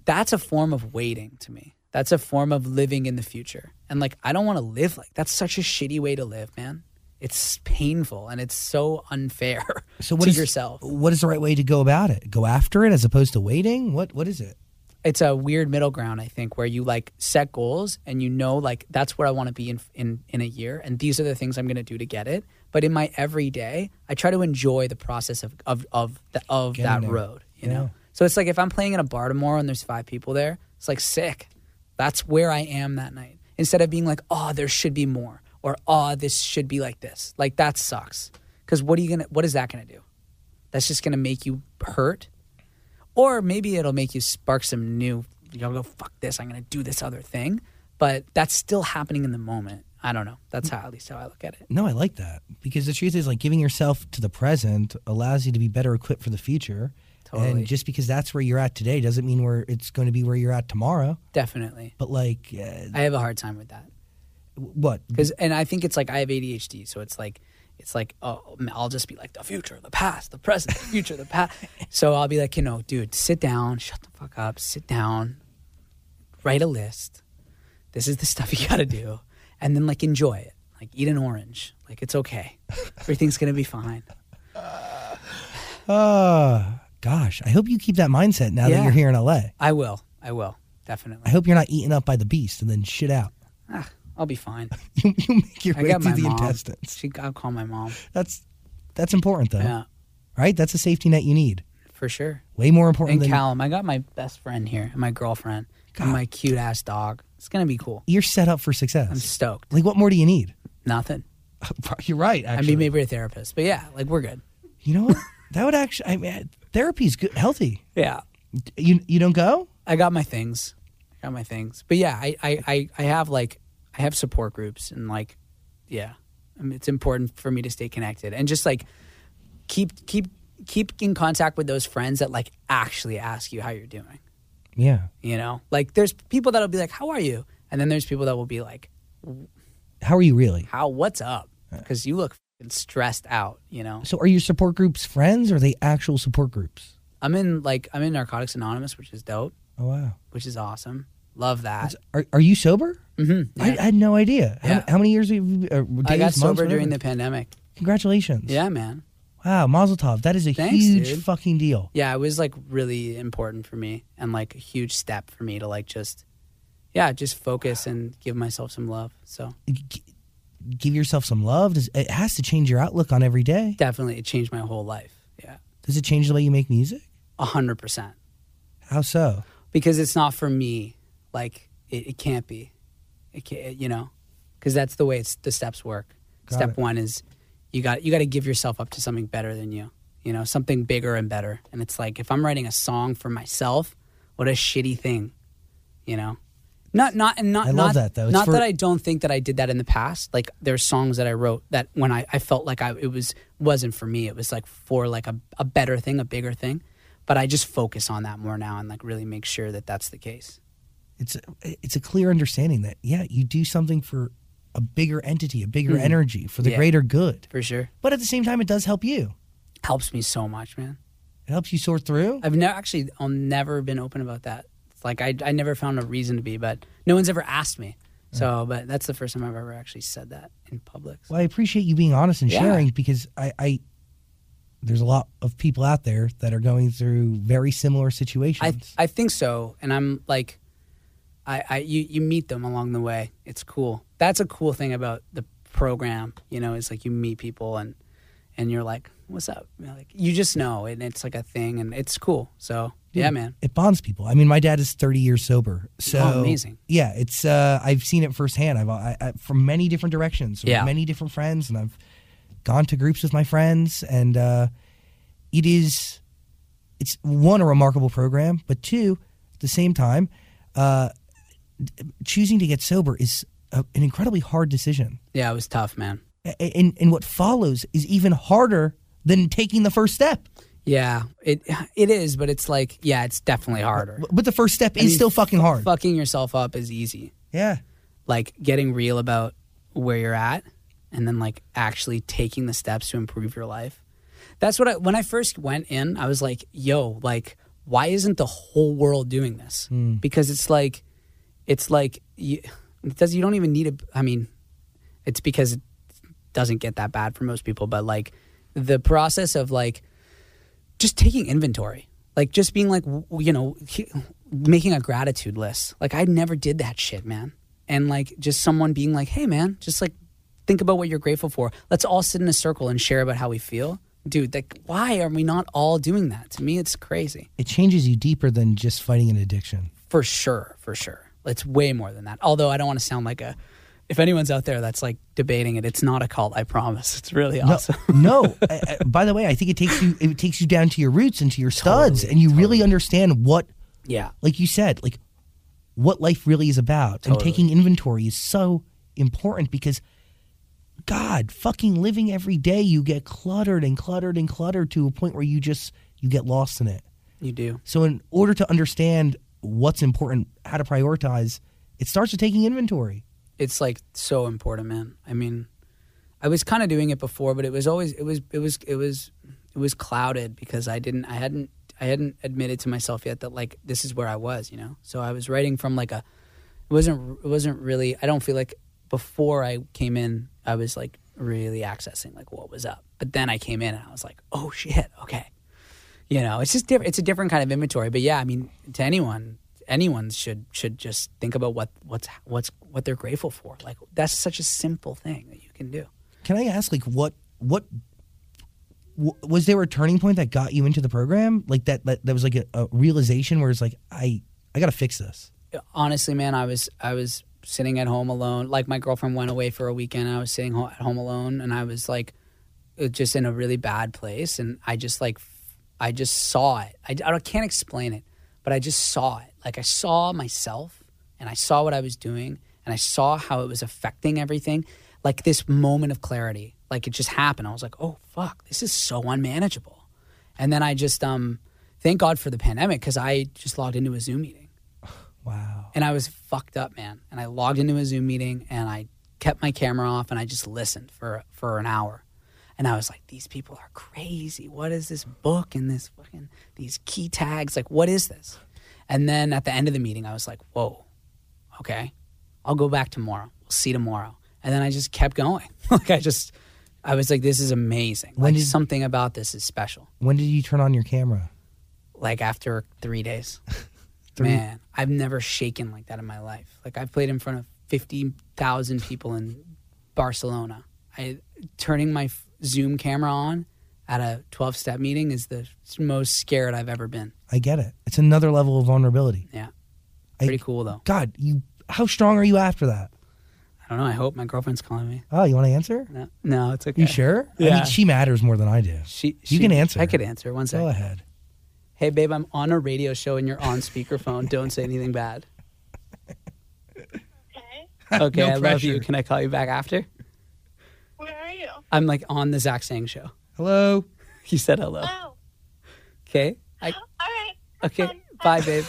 that's a form of waiting to me. That's a form of living in the future. And like, I don't want to live like that's such a shitty way to live, man. It's painful and it's so unfair
So what
to
is
yourself.
What is the right way to go about it? Go after it as opposed to waiting. What What is it?
It's a weird middle ground, I think, where you like set goals and you know like that's where I want to be in in in a year, and these are the things I'm going to do to get it. But in my everyday, I try to enjoy the process of of of the, of that
there.
road, you know. So it's like if I'm playing in a bar tomorrow and there's five people there, it's like sick. That's where I am that night. Instead of being like, oh, there should be more, or oh, this should be like this. Like that sucks. Because what are you gonna? What is that gonna do? That's just gonna make you hurt, or maybe it'll make you spark some new. You'll go fuck this. I'm gonna do this other thing. But that's still happening in the moment. I don't know. That's how at least how I look at it.
No, I like that because the truth is, like, giving yourself to the present allows you to be better equipped for the future.
Totally.
And just because that's where you're at today doesn't mean where it's going to be where you're at tomorrow.
Definitely,
But like, uh,
I have a hard time with that.
what?
because and i think it's like i have adhd so it's like it's like oh i'll just be like the future the past the present the future the past so i'll be like you know dude sit down shut the fuck up sit down write a list this is the stuff you gotta do and then like enjoy it like eat an orange like it's okay everything's gonna be fine
Uh, gosh, I hope you keep that mindset now that
Yeah.
you're here in LA.
i will i will
I
definitely
hope you're not eaten up by the beast and then shit out. [LAUGHS]
ah, i'll be fine
You, you make your
i
way
got
through
my
the
mom
intestines.
she i'll call my mom
That's that's important though,
yeah
right? That's a safety net you need.
for sure
Way more important
and
than
Callum. I got my best friend here, and my girlfriend, and my cute ass dog. It's gonna be cool.
you're set up for
I'm
success.
stoked.
Like, what more do you need? [LAUGHS]
Nothing.
You're right. Actually,
I mean, maybe we're a therapist, but yeah, like we're good.
you know [LAUGHS] what? that would actually. I mean, therapy's good, healthy.
Yeah,
You you don't go?
I got my things. I got my things. But yeah, I I I, I have like I have support groups and like yeah, I mean, it's important for me to stay connected and just like keep keep keep in contact with those friends that like actually ask you how you're doing.
Yeah.
You know, like there's people that'll be like, "How are you?" and then there's people that will be like,
How are you really?
how what's up because you look fing stressed out you know
So, are your support groups friends or are they actual support groups?
i'm in like i'm in narcotics anonymous which is dope
Oh wow.
which is awesome love that
Are are you sober? Mm-hmm. I, I had no idea. How-
Yeah.
How, many years have you? Uh, days,
i got
months,
sober
whatever?
during the pandemic
Congratulations.
yeah man
Wow, Mazel Tov. That is a
Thanks,
huge
dude.
fucking deal.
yeah it was like really important for me and like a huge step for me to like just yeah just focus and give myself some love so
G- give yourself some love. Does, it has to change your outlook on every day.
definitely it changed my whole life yeah
Does it change the way you make music?
100%
How so?
because it's not for me like it, it can't be it can't, you know because that's the way it's the steps work
Got
step
it.
one is you got you got to give yourself up to something better than you you know something bigger and better and it's like if i'm writing a song for myself what a shitty thing you know Not not and not
I love
not,
that, though. It's
not
for-
that I don't think that I did that in the past. Like there's songs that I wrote that when I, I felt like I it was wasn't for me. It was like for like a, a better thing, a bigger thing. But I just focus on that more now and like really make sure that that's the case.
It's it's a clear understanding that yeah, you do something for a bigger entity, a bigger energy, for the
Mm-hmm. Yeah.
greater good.
For sure.
But at the same time, it does help you.
Helps me so much, man.
It helps you sort through.
I've never actually I'll never been open about that. It's like I I never found a reason to be, but no one's ever asked me.
Mm.
So, but that's the first time I've ever actually said that in public.
Well, I appreciate you being honest and
Yeah.
sharing because I, I there's a lot of people out there that are going through very similar
I
situations.
I think so, and I'm like, I, I you you meet them along the way. It's cool. That's a cool thing about the program. You know, is like you meet people and and you're like, what's up? You know, like you just know, and it's like a thing, and it's cool. So yeah, man.
it bonds people. I mean, my dad is 30 years sober, so
Oh, amazing.
Yeah, it's uh, I've seen it firsthand. I've I, I, from many different directions, with
Yeah.
many different friends, and I've gone to groups with my friends, and uh, it is it's one a remarkable program, but two, at the same time, uh, choosing to get sober is a, an incredibly hard decision.
Yeah, it was tough, man.
A- and and what follows is even harder than taking the first step.
Yeah, it it is, but it's like yeah, it's definitely harder.
But the first step
mean,
is still fucking hard.
Fucking yourself up is easy.
Yeah.
Like getting real about where you're at and then like actually taking the steps to improve your life. That's what I when I first went in, I was like, yo, like why isn't the whole world doing this? Because it's like it's like you it does you don't even need a I mean, it's because it doesn't get that bad for most people, but like the process of like just taking inventory like just being like w- you know he- making a gratitude list like i never did that shit man and like just someone being like hey man just like think about what you're grateful for let's all sit in a circle and share about how we feel dude like why are we not all doing that to me it's crazy
It changes you deeper than just fighting an addiction.
for sure for sure it's way more than that although i don't want to sound like a if anyone's out there that's like debating it it's not a cult i promise it's really awesome [LAUGHS]
no. I, I- by the way, I think it takes you it takes you down to your roots and to your studs and you really understand what
yeah
like you said, like what life really is about. And taking inventory is so important because God, fucking living every day, you get cluttered and cluttered and cluttered to a point where you just you get lost in it.
you do
So in order to understand what's important, how to prioritize, it starts with taking inventory.
it's like so important, man. I mean, I was kind of doing it before, but it was always it was it was it was it was clouded because I didn't I hadn't I hadn't admitted to myself yet that like this is where I was, you know. So I was writing from like a it wasn't it wasn't really I don't feel like before I came in I was like really accessing like what was up. But then I came in and I was like, "Oh shit, okay." you know it's just different it's a different kind of inventory but yeah i mean to anyone anyone should should just think about what what's what's what they're grateful for like that's such a simple thing that you can do
Can I ask, like, what what w- was there a turning point that got you into the program? Like that that, that was like a, a realization where it's like I I gotta fix this.
honestly man i was i was sitting at home alone like my girlfriend went away for a weekend i was sitting ho- at home alone and i was like uh, just in a really bad place and i just like f- i just saw it i, I don't- can't explain it but i just saw it like i saw myself and i saw what i was doing and i saw how it was affecting everything like this moment of clarity like it just happened i was like oh fuck this is so unmanageable and then i just um thank god for the pandemic because i just logged into a zoom meeting
Wow.
and I was fucked up, man. And I logged into a Zoom meeting and I kept my camera off and I just listened for for an hour. And I was like, these people are crazy. What is this book and this fucking these key tags? Like, what is this? And then at the end of the meeting, I was like, whoa, okay, I'll go back tomorrow. We'll see tomorrow. And then I just kept going. [LAUGHS] like I just, I was like, this is amazing.
When
like
did-
something about this is special.
When did you turn on your camera?
Like after three days.
[LAUGHS] Three.
Man, I've never shaken like that in my life. Like I've played in front of fifty thousand people in Barcelona. I turning my f- Zoom camera on at a twelve-step meeting is the most scared I've ever been.
I get it. It's another level of vulnerability.
Yeah,
I-
pretty cool though.
God, you how strong are you after that?
I don't know. I hope my girlfriend's calling me.
Oh, you want to answer?
No, no, it's okay.
You sure? I
Yeah.
mean, she matters more than I do.
She,
You
she-
can answer.
I could answer. One
Go
second.
ahead. [LAUGHS]
Hey, babe, I'm on a radio show and you're on speakerphone. don't say anything bad. Okay, I love
pressure.
you. Can I call you back after?
Where are you?
I'm like on the Zach Sang show. [LAUGHS]
Hello.
He said hello.
Oh,
Okay. I,
all right.
okay. Bye, babe.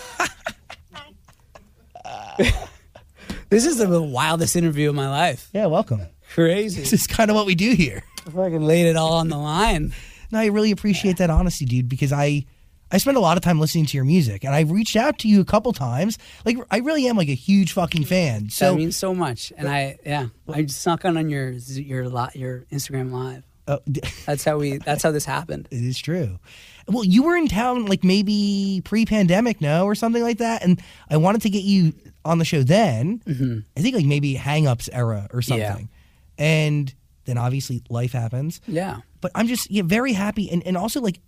this is the wildest interview of my life.
Yeah, welcome. [LAUGHS] This
Crazy.
is kind of what we do here.
Fucking laid it all on the line.
No, I really appreciate that honesty, dude, because I I spend a lot of time listening to your music and I've reached out to you a couple times. Like I really am like a huge fucking fan.
That
So
means so much. And I, yeah, I just snuck on on your your li- your Instagram live.
uh, d-
That's how we. That's how this happened.
[LAUGHS] it is true. Well, you were in town like maybe pre-pandemic, no, or something like that, and I wanted to get you on the show then. I think like maybe Hang-Ups era or something. And then obviously life happens.
Yeah. [LAUGHS]
but I'm just yeah, very happy and, and also like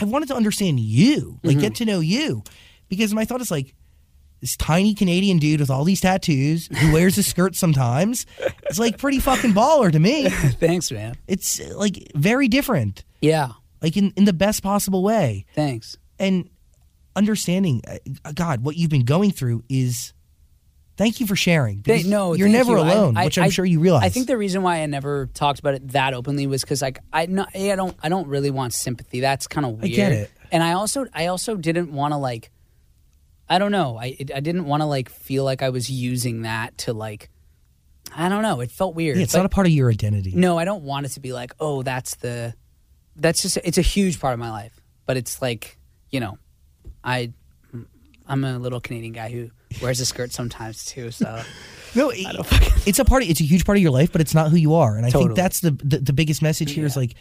I wanted to understand you,
Mm-hmm.
like get to know you. Because my thought is like this tiny Canadian dude with all these tattoos who wears a skirt sometimes is like pretty fucking baller to me.
Thanks, man.
It's uh, like very different.
Yeah.
Like in, in the best possible way.
Thanks.
And understanding uh, God, what you've been going through is thank you for sharing.
They-
because
no,
you're
thank
never
you. I-
alone,
I-
which I'm
I-
sure you realize.
I think the reason why I never talked about it that openly was because like I no, A, I don't I don't really want sympathy. That's kind of weird.
get it.
And I also I also didn't want to like I don't know I I didn't want to like feel like I was using that to like I don't know. It felt weird.
Yeah, it's
But-
not a part of your identity.
no, I don't want it to be like, oh, that's the, that's just, it's a huge part of my life. But it's like, you know, I, I'm a little Canadian guy who wears a skirt sometimes
[LAUGHS]
too. So
No, it- it's a part. Of, it's a huge part of your life, but it's not who you are. And I
Totally.
think that's the, the the biggest message here is like,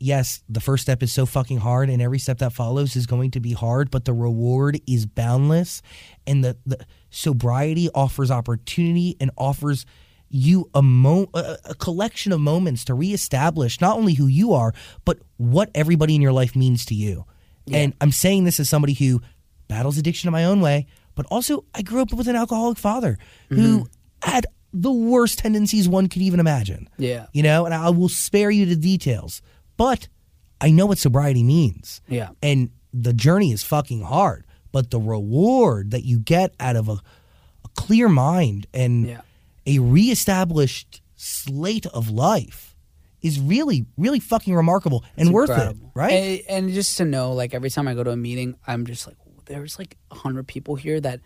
yes, the first step is so fucking hard, and every step that follows is going to be hard, but the reward is boundless, and the, the sobriety offers opportunity and offers you a, mo- a, a collection of moments to reestablish not only who you are, but what everybody in your life means to you. And I'm saying this as somebody who battles addiction in my own way, but also I grew up with an alcoholic father who had the worst tendencies one could even imagine.
Yeah.
You know, and I will spare you the details, but I know what sobriety means.
Yeah.
And the journey is fucking hard, but the reward that you get out of a, a clear mind and
Yeah.
a reestablished slate of life is really, really fucking remarkable and worth it,
incredible.
right?
And, and just to know, like every time I go to a meeting, I'm just like, there's like hundred people here that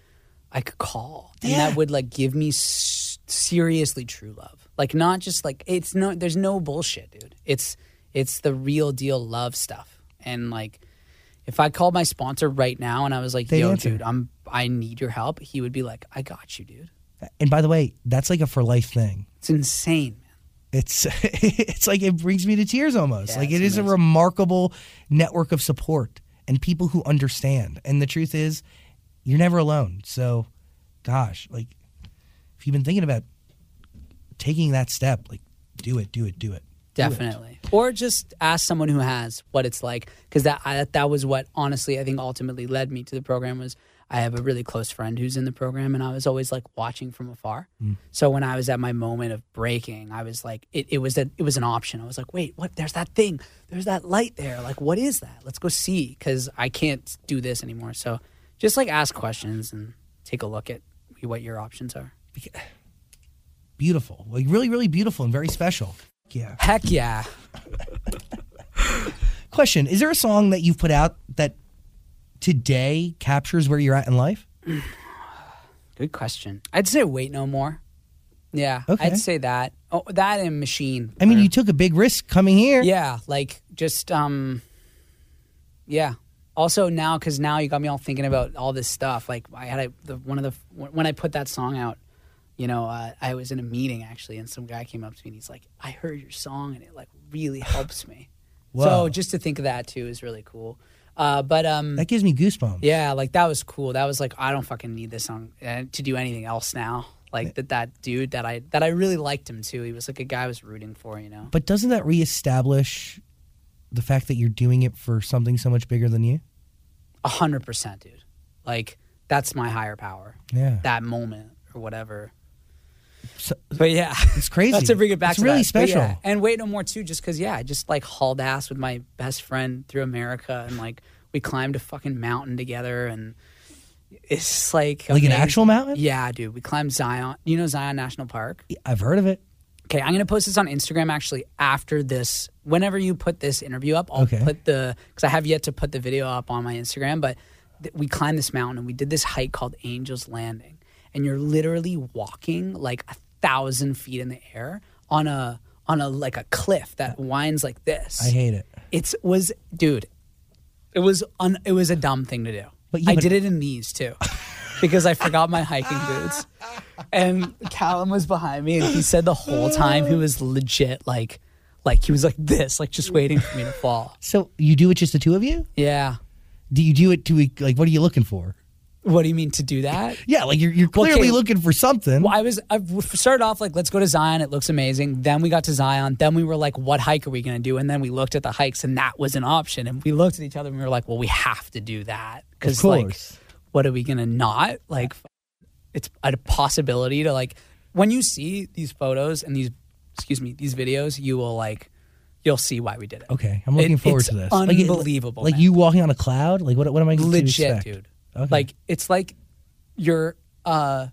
I could call, and
Yeah.
that would like give me s- seriously true love. Like not just like it's no, there's no bullshit, dude. It's it's the real deal love stuff, and like. If I called my sponsor right now and I was like,
They'd
"Yo,
answer.
dude, I'm I need your help," he would be like, "I got you, dude."
and by the way, that's like a for life thing.
It's insane, man.
it's [LAUGHS] it's like it brings me to tears almost.
Yeah,
like
it's
it is a remarkable network of support and people who understand. And the truth is, you're never alone. So, gosh, like if you've been thinking about taking that step, like do it, do it, do it.
Definitely. Or just ask someone who has what it's like because that I, that was what honestly I think ultimately led me to the program was I have a really close friend who's in the program and I was always like watching from afar. So when I was at my moment of breaking, I was like it, it was a, it was an option. I was like, "Wait, what? There's that thing. There's that light there. Like what is that? Let's go see cuz I can't do this anymore." So just like ask questions and take a look at what your options are.
Beautiful, like really, really beautiful and very special. Yeah.
Heck yeah.
Question: Is there a song that you've put out that today captures where you're at in life?
Good question. I'd say wait no more. Yeah,
Okay.
I'd say that. Oh, that and machine.
I mean, you took a big risk coming here.
yeah, like just um, yeah. Also now, because now you got me all thinking about all this stuff. Like I had a, the one of the when I put that song out, you know, uh, I was in a meeting actually, and some guy came up to me and he's like, "I heard your song, and it like really helps
[SIGHS]
me."
Wow.
So just to think of that too is really cool. Uh, but um,
That gives me goosebumps.
yeah, like that was cool. That was like I don't fucking need this song uh, to do anything else now. Like that that dude that I that I really liked him too. He was like a guy I was rooting for, you know.
But doesn't that reestablish the fact that you're doing it for something so much bigger than you?
A hundred percent, dude. Like that's my higher power.
Yeah.
That moment or whatever.
So-
but yeah.
It's
[LAUGHS]
crazy.
That's to bring it back
It's
to
really
that. But
special.
yeah. And wait no more too, just because yeah, I just like hauled ass with my best friend through America and like we climbed a fucking mountain together and It's like
Like an
amazing.
actual mountain?
Yeah, dude. We climbed Zion. You know Zion National Park.
I've heard of it.
Okay, I'm gonna post this on Instagram actually after this. Whenever you put this interview up, I'll
Okay.
put the because I have yet to put the video up on my Instagram. But th- we climbed this mountain and we did this hike called Angel's Landing, and you're literally walking like a thousand feet in the air on a on a like a cliff that winds like this.
I hate it.
It's was dude, it was un, it was a dumb thing to do.
But yeah,
I
but-
did it in these too, because I forgot my hiking boots, and Callum was behind me, and he said the whole time he was legit like, like he was like this, like just waiting for me to fall.
So you do it just the two of you?
Yeah.
Do you do it to like what are you looking for?
What do you mean to do that?
Yeah, like you're, you're clearly
okay.
looking for something.
Well, I was I w- started off like, let's go to Zion. It looks amazing. Then we got to Zion. Then we were like, what hike are we going to do? And then we looked at the hikes, and that was an option. And we looked at each other, and we were like, well, we have to do that because like,
course.
what are we going to not like? f- It's a possibility to like when you see these photos and these excuse me these videos, you will like you'll see why we did it.
Okay, I'm looking
It-
forward
it's
to this. Like, it-
Unbelievable.
Like,
man
you walking on a cloud? Like what? What am I going to
legit
expect?
dude
Okay.
like it's like you're uh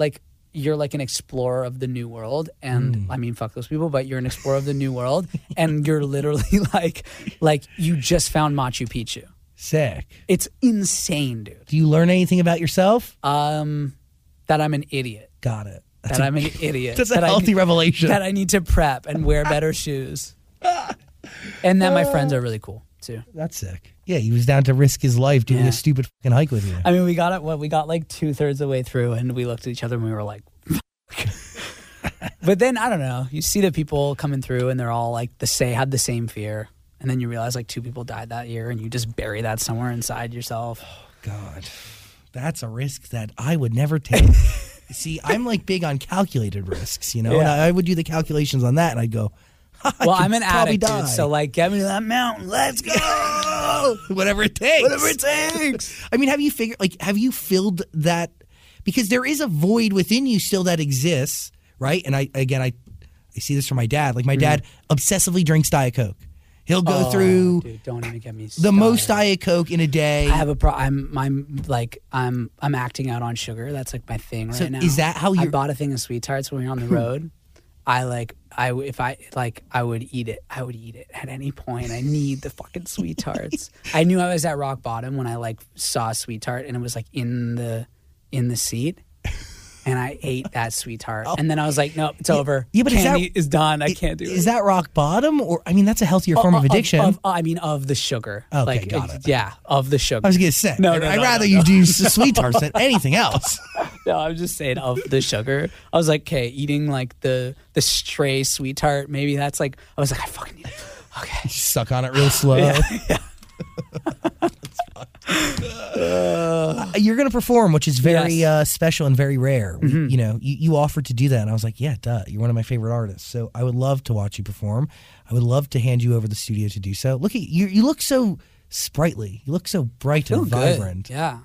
like you're like an explorer of the new world and
Hmm.
i mean fuck those people but you're an explorer of the
[LAUGHS]
new world and you're literally [LAUGHS] like like you just found machu picchu
Sick.
it's insane dude
Do you learn anything about yourself?
um that i'm an idiot
Got it.
that i i'm an
[LAUGHS]
idiot
That's a
that I
healthy
need-
revelation.
that i need to prep and
[LAUGHS]
wear better shoes and that my friends are really cool too
That's sick. Yeah, he was down to risk his life doing
Yeah.
a stupid fucking hike with you.
I mean, we got it. What we got like two thirds of the way through, and we looked at each other and we were like, "Fuck." [LAUGHS] but then I don't know. You see the people coming through, and they're all like the say had the same fear, and then you realize like two people died that year, and you just bury that somewhere inside [SIGHS] yourself.
God, that's a risk that I would never
[LAUGHS]
take. See, I'm like big on calculated risks, you know, and
Yeah.
I, I would do the calculations on that, and I'd go,
well, I'm an
probably
addict,
die.
dude, so like, get me to that mountain. Let's go.
[LAUGHS] whatever it takes,
Whatever it takes.
[LAUGHS] I mean, have you figured like have you filled that because there is a void within you still that exists, right? And I again I I see this from my dad. Like my dad obsessively drinks Diet Coke. He'll go
Mm. Oh,
through
dude, don't even get me
the most
started.
Diet Coke in a day.
I have a pro. I'm, I'm like, I'm, I'm acting out on sugar. That's like my thing right
So
now.
is that how
I
you're- Hmm.
bought a thing of sweet tarts when we were on the road? I like, I w- if I like, I would eat it. I would eat it at any point. I need the fucking
[LAUGHS]
sweet tarts. I knew I was at rock bottom when I like saw a sweet tart and it was like in the, in the seat. And I ate that sweet tart, and then I was like, "No, it's over.
Oh. yeah, but is that-
Candy is done. I can't do it."
Is that rock bottom or I mean that's a healthier form of addiction.
Of, I mean, of the sugar.
Okay,
like,
got it. Oh,
Yeah, of the sugar.
I was gonna say,
No,
I'd,
no,
I'd
no,
rather
no,
you
no.
do s- sweet tarts than anything else.
No, I'm just saying of the sugar. I was like, okay, eating like the the stray sweet tart, maybe that's like I was like, I
[LAUGHS]
fucking need it.
[LAUGHS]
Okay.
Suck on it real slow. [LAUGHS] Uh, You're gonna perform, which is very
Yes. Mm-hmm.
uh, special and very rare. We- You know, you, you offered to do that, and I was like, "Yeah, duh." You're one of my favorite artists, so I would love to watch you perform. I would love to hand you over the studio to do so. Look at you. You look so sprightly. You look so bright
Feel
and
good.
vibrant.
Yeah.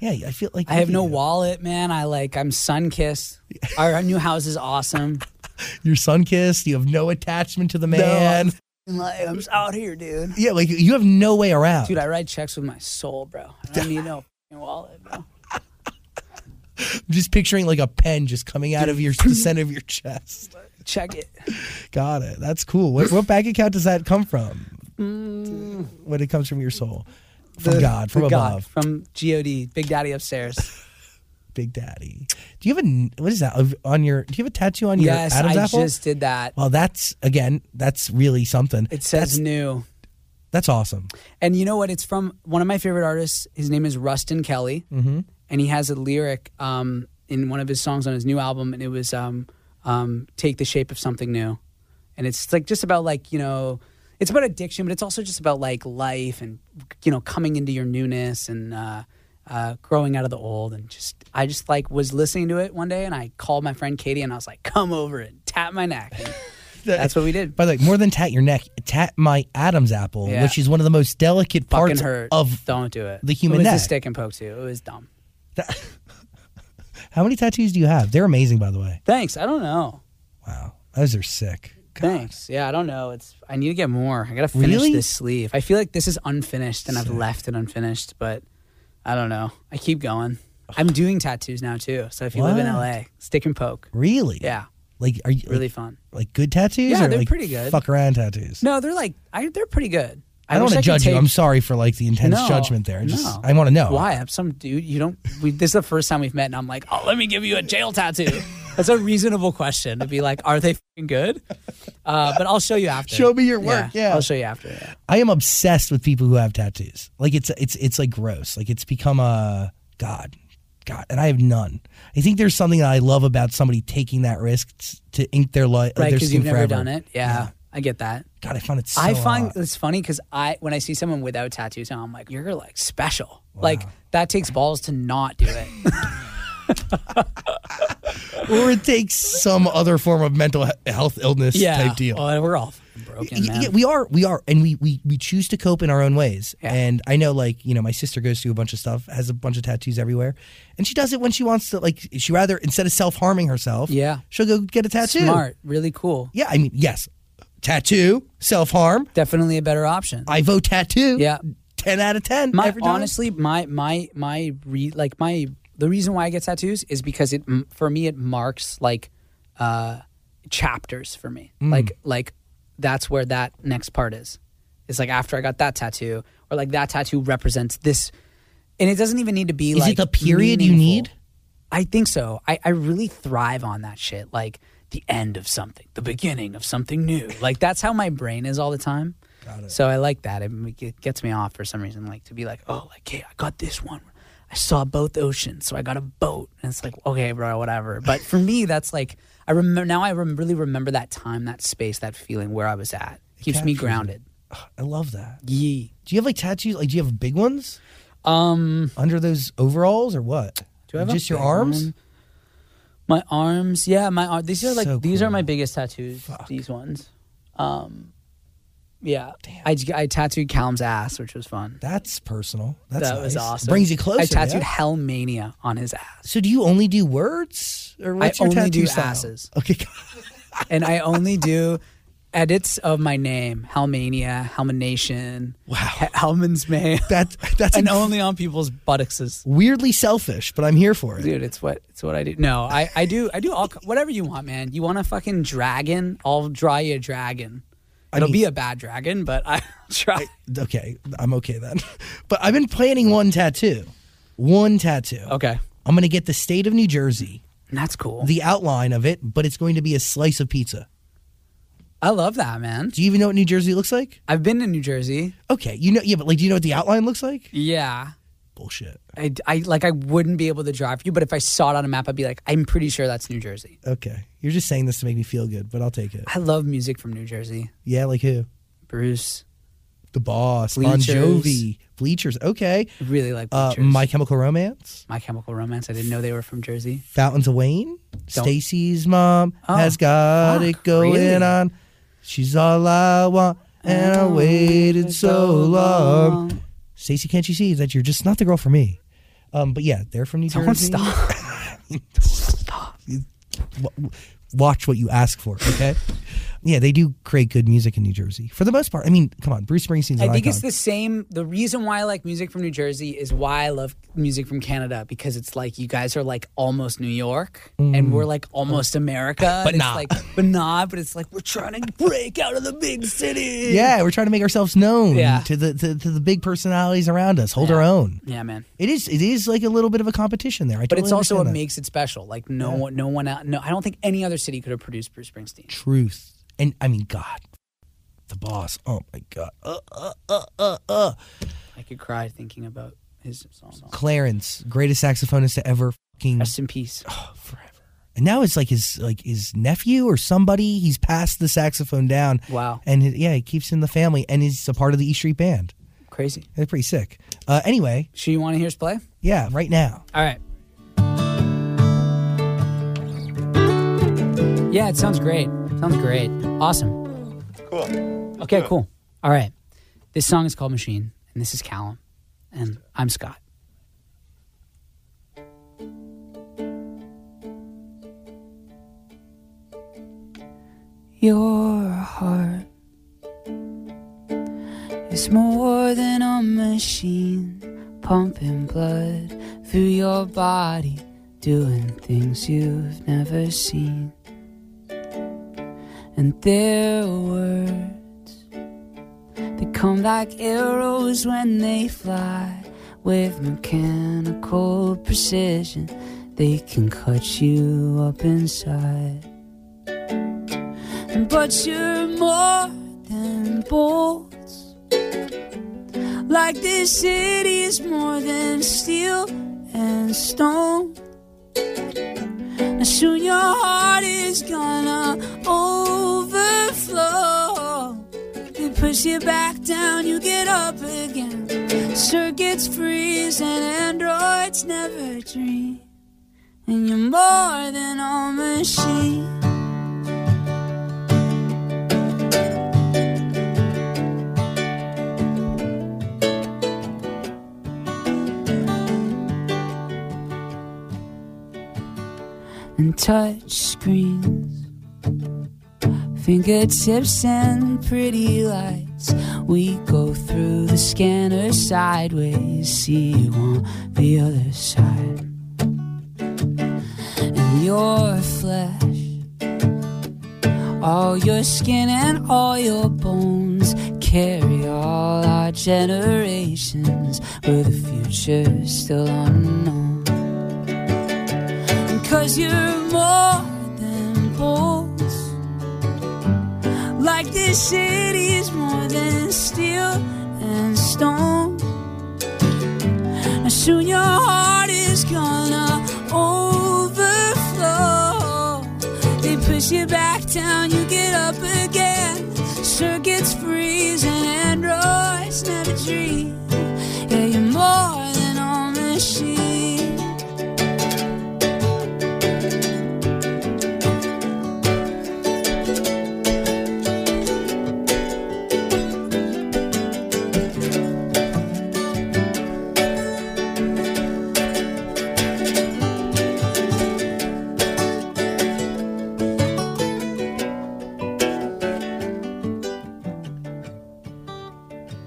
Yeah. I feel like
I have
look at
no
you.
wallet, man. I like I'm sun kissed. Our, our new house
[LAUGHS]
is awesome.
You're sun kissed. You have no attachment to the man.
And, like, I'm just out here, dude.
Yeah, like you have no way around.
Dude, I write checks with my soul, bro. I don't
[LAUGHS]
need no fucking wallet, bro.
just picturing like a pen just coming out of your the center of your
[LAUGHS]
chest.
Check it.
Got it. That's cool. What, what bank account does that come from? When it comes from your soul, from God, from
Mm. The
above,
God, from G-O-D, Big Daddy upstairs.
Big Daddy. Do you have a n- what is that of- on your? Do you have a tattoo on your
yes,
Adam's
I
apple?
just did that.
well, that's again, that's really something.
It says new.
That's awesome.
And you know what? It's from one of my favorite artists. His name is Rustin Kelly, mm-hmm. and he has a lyric um, in one of his songs on his new album, and it was um, um, "Take the shape of something new," and it's like just about like you know, it's about addiction, but it's also just about like life and you know coming into your newness and uh, uh, growing out of the old. And just I just like was listening to it one day, and I called my friend Katie, and I was like, "Come over and tap my neck." And that's what we did.
By the way, more than tat your neck, tat my Adam's apple,
Yeah.
which is one of the most delicate
Fucking
parts
hurt.
of.
Don't do it.
the human
It was a
neck.
stick and poke too. It was dumb.
How many tattoos do you have? They're amazing, by the way.
Thanks. I don't know.
Wow, those are sick. God.
Thanks. Yeah, I don't know. It's I need to get more. I gotta finish
Really?
this sleeve. I feel like this is unfinished and I've left it unfinished, but I don't know. I keep going. I'm doing tattoos now too. So if you live in
What?
LA, stick and poke.
Really?
Yeah,
Like, are you
really
like,
fun.
like good tattoos?
Yeah,
or
they're
like
pretty good.
Fuck around tattoos.
No, they're like I, they're pretty good.
I don't
wish
want to
could
judge you.
take-
I'm sorry for like the intense
No,
judgment there. I Just
no.
I want to know
Why? I'm some dude. You don't. We, this is the first time we've met, and I'm like, oh, let me give you a jail tattoo. That's a reasonable question to be like, are they fing good? Uh, but I'll show you after.
Show me your work, yeah.
I'll show you after. Yeah.
I am obsessed with people who have tattoos. Like it's it's it's like gross. Like it's become a god, god, and I have none. I think there's something that I love about somebody taking that risk t- to ink their life.
Right?
their
Because
skin
you've never
forever.
done it. Yeah, I get that.
God, I find it. so uh,
I find
hot.
it's funny because I when I see someone without tattoos, now, I'm like, you're like special. Like that takes balls to not do
[LAUGHS]
it.
or it takes some other form of mental he- health illness
yeah. Oh,
type deal.
Well, we're all fucking broken,
Y-
man.
yeah, we are, we are, and we, we we choose to cope in our own ways.
Yeah.
And I know, like you know, my sister goes through a bunch of stuff, has a bunch of tattoos everywhere, and she does it when she wants to. Like she rather instead of self harming herself,
Yeah.
she'll go get a tattoo.
Smart. Really cool.
Yeah, I mean, yes, tattoo, self harm.
Definitely a better option.
I vote tattoo.
Yeah.
ten out of ten.
my
every time.
honestly my my my re, like my the reason why I get tattoos is because it m- for me it marks like uh chapters for me
Mm.
like like that's where that next part is it's like after I got that tattoo or like that tattoo represents this and it doesn't even need to be
Is it
like
the period you
meaningful.
need?
I think so I I really thrive on that shit like the end of something the beginning of
[LAUGHS]
something new like that's how my brain is all the time so I like that. It m- It gets me off for some reason, like to be like, oh, like, hey, I got this one. I saw both oceans, so I got a boat. And it's like, okay, bro, whatever. But for me, that's like, I remember now. I rem- really remember that time, that space, that feeling where I was at. Keeps
captures it.
me grounded.
I love that.
Yee.
Do you have like tattoos? Like, do you have big ones
Um,
under those overalls or what?
do I have a
just your
big
arms?
one? My arms, yeah, my arms. These are like
So
these are
cool.
my biggest tattoos. These ones. Um, yeah, I, I tattooed Calum's ass, which was fun.
That's personal. That's
that was
nice.
awesome.
Brings you closer.
I tattooed
yeah?
Hellmania on his
[LAUGHS]
ass,
So do you only do words, or what's your
only
tattoo
do
style?
asses.
Okay, [LAUGHS]
and I only do edits of my name, Hellmania, Hellmination, wow, Hellman's Man,
that [LAUGHS] that's
and
inc-
only on people's buttocks.
weirdly selfish, but I'm here for it.
Dude, it's what it's what I do. No, I I do I do all whatever you want, man. You want a fucking dragon? I'll draw you a dragon. It'll
mean-
be a bad dragon, but [LAUGHS] I'll try.
Okay, I'm okay then. [LAUGHS] But I've been planning one tattoo, one tattoo.
okay,
I'm gonna get the state of New Jersey,
that's cool.
the outline of it, but it's going to be a slice of pizza.
I love that, man.
Do you even know what New Jersey looks like?
I've been to New Jersey.
Okay, you know, yeah, but like, do you know what the outline looks like?
Yeah.
Bullshit.
I, I like I wouldn't be able to drive you, but if I saw it on a map, I'd be like, I'm pretty sure that's New Jersey.
Okay, you're just saying this to make me feel good, but I'll take it.
I love music from New Jersey.
Yeah, like who?
Bruce,
The Boss, Bon
Bleachers.
Jovi, Bleachers. Okay,
really like
uh,
Bleachers.
My Chemical Romance.
My Chemical Romance. I didn't know they were from Jersey.
Fountains of Wayne. Stacy's mom has got
Oh, fuck,
it going
really? Oh,
on. She's all I want, and I waited so long. Stacy, can't you see that you're just not the girl for me? Um, but yeah, they're from New
Someone
Jersey.
stop.
[LAUGHS] Watch what you ask for, okay? yeah, they do create good music in New Jersey for the most part. I mean, come on, Bruce Springsteen's an
I think it's
icon.
the same. The reason why I like music from New Jersey is why I love music from Canada because it's like you guys are like almost New York
Mm.
and we're like almost America.
But
and it's
not.
Like, but not. But it's like we're trying to break out of the big city.
yeah, we're trying to make ourselves known
Yeah.
to the to, to the big personalities around us. Hold our own.
Yeah, man.
It is it is like a little bit of a competition there. I
But
totally
it's also what
understand that.
makes it special. Like no one, no one, out, no. I don't think any other city could have produced Bruce Springsteen.
truth. And I mean, God, the boss. Oh my God. Uh, uh, uh, uh, uh.
I could cry thinking about his song.
Clarence, greatest saxophonist to ever fucking
Rest in peace.
oh, forever. And now it's like his like his nephew or somebody. He's passed the saxophone down.
Wow,
And his, yeah, he keeps it in the family, and he's a part of the E Street Band.
crazy.
They're pretty sick. Uh, anyway,
So you want to hear us play?
yeah, right now.
All right. Yeah, it sounds great. Sounds great. Awesome. Cool. Okay, cool. All right. This song is called Machine, and this is Callum, and I'm Scott. Your heart is more than a machine pumping blood through your body, doing things you've never seen. And their words, they come like arrows when they fly with mechanical precision. They can cut you up inside. But you're more than bolts. Like this city is more than steel and stone. And soon your heart is gonna overflow. They push you back down, you get up again. Circuits freeze and androids never dream. And you're more than a machine. and touch screens, fingertips and pretty lights. We go through the scanner sideways, see you on the other side. And your flesh, all your skin and all your bones carry all our generations, with the future still unknown. Cause you're more than bolts. Like this city is more than steel and stone. And soon your heart is gonna overflow. They push you back down, you get up again. Circuits freeze and androids never dream. Yeah, you're more than a machine.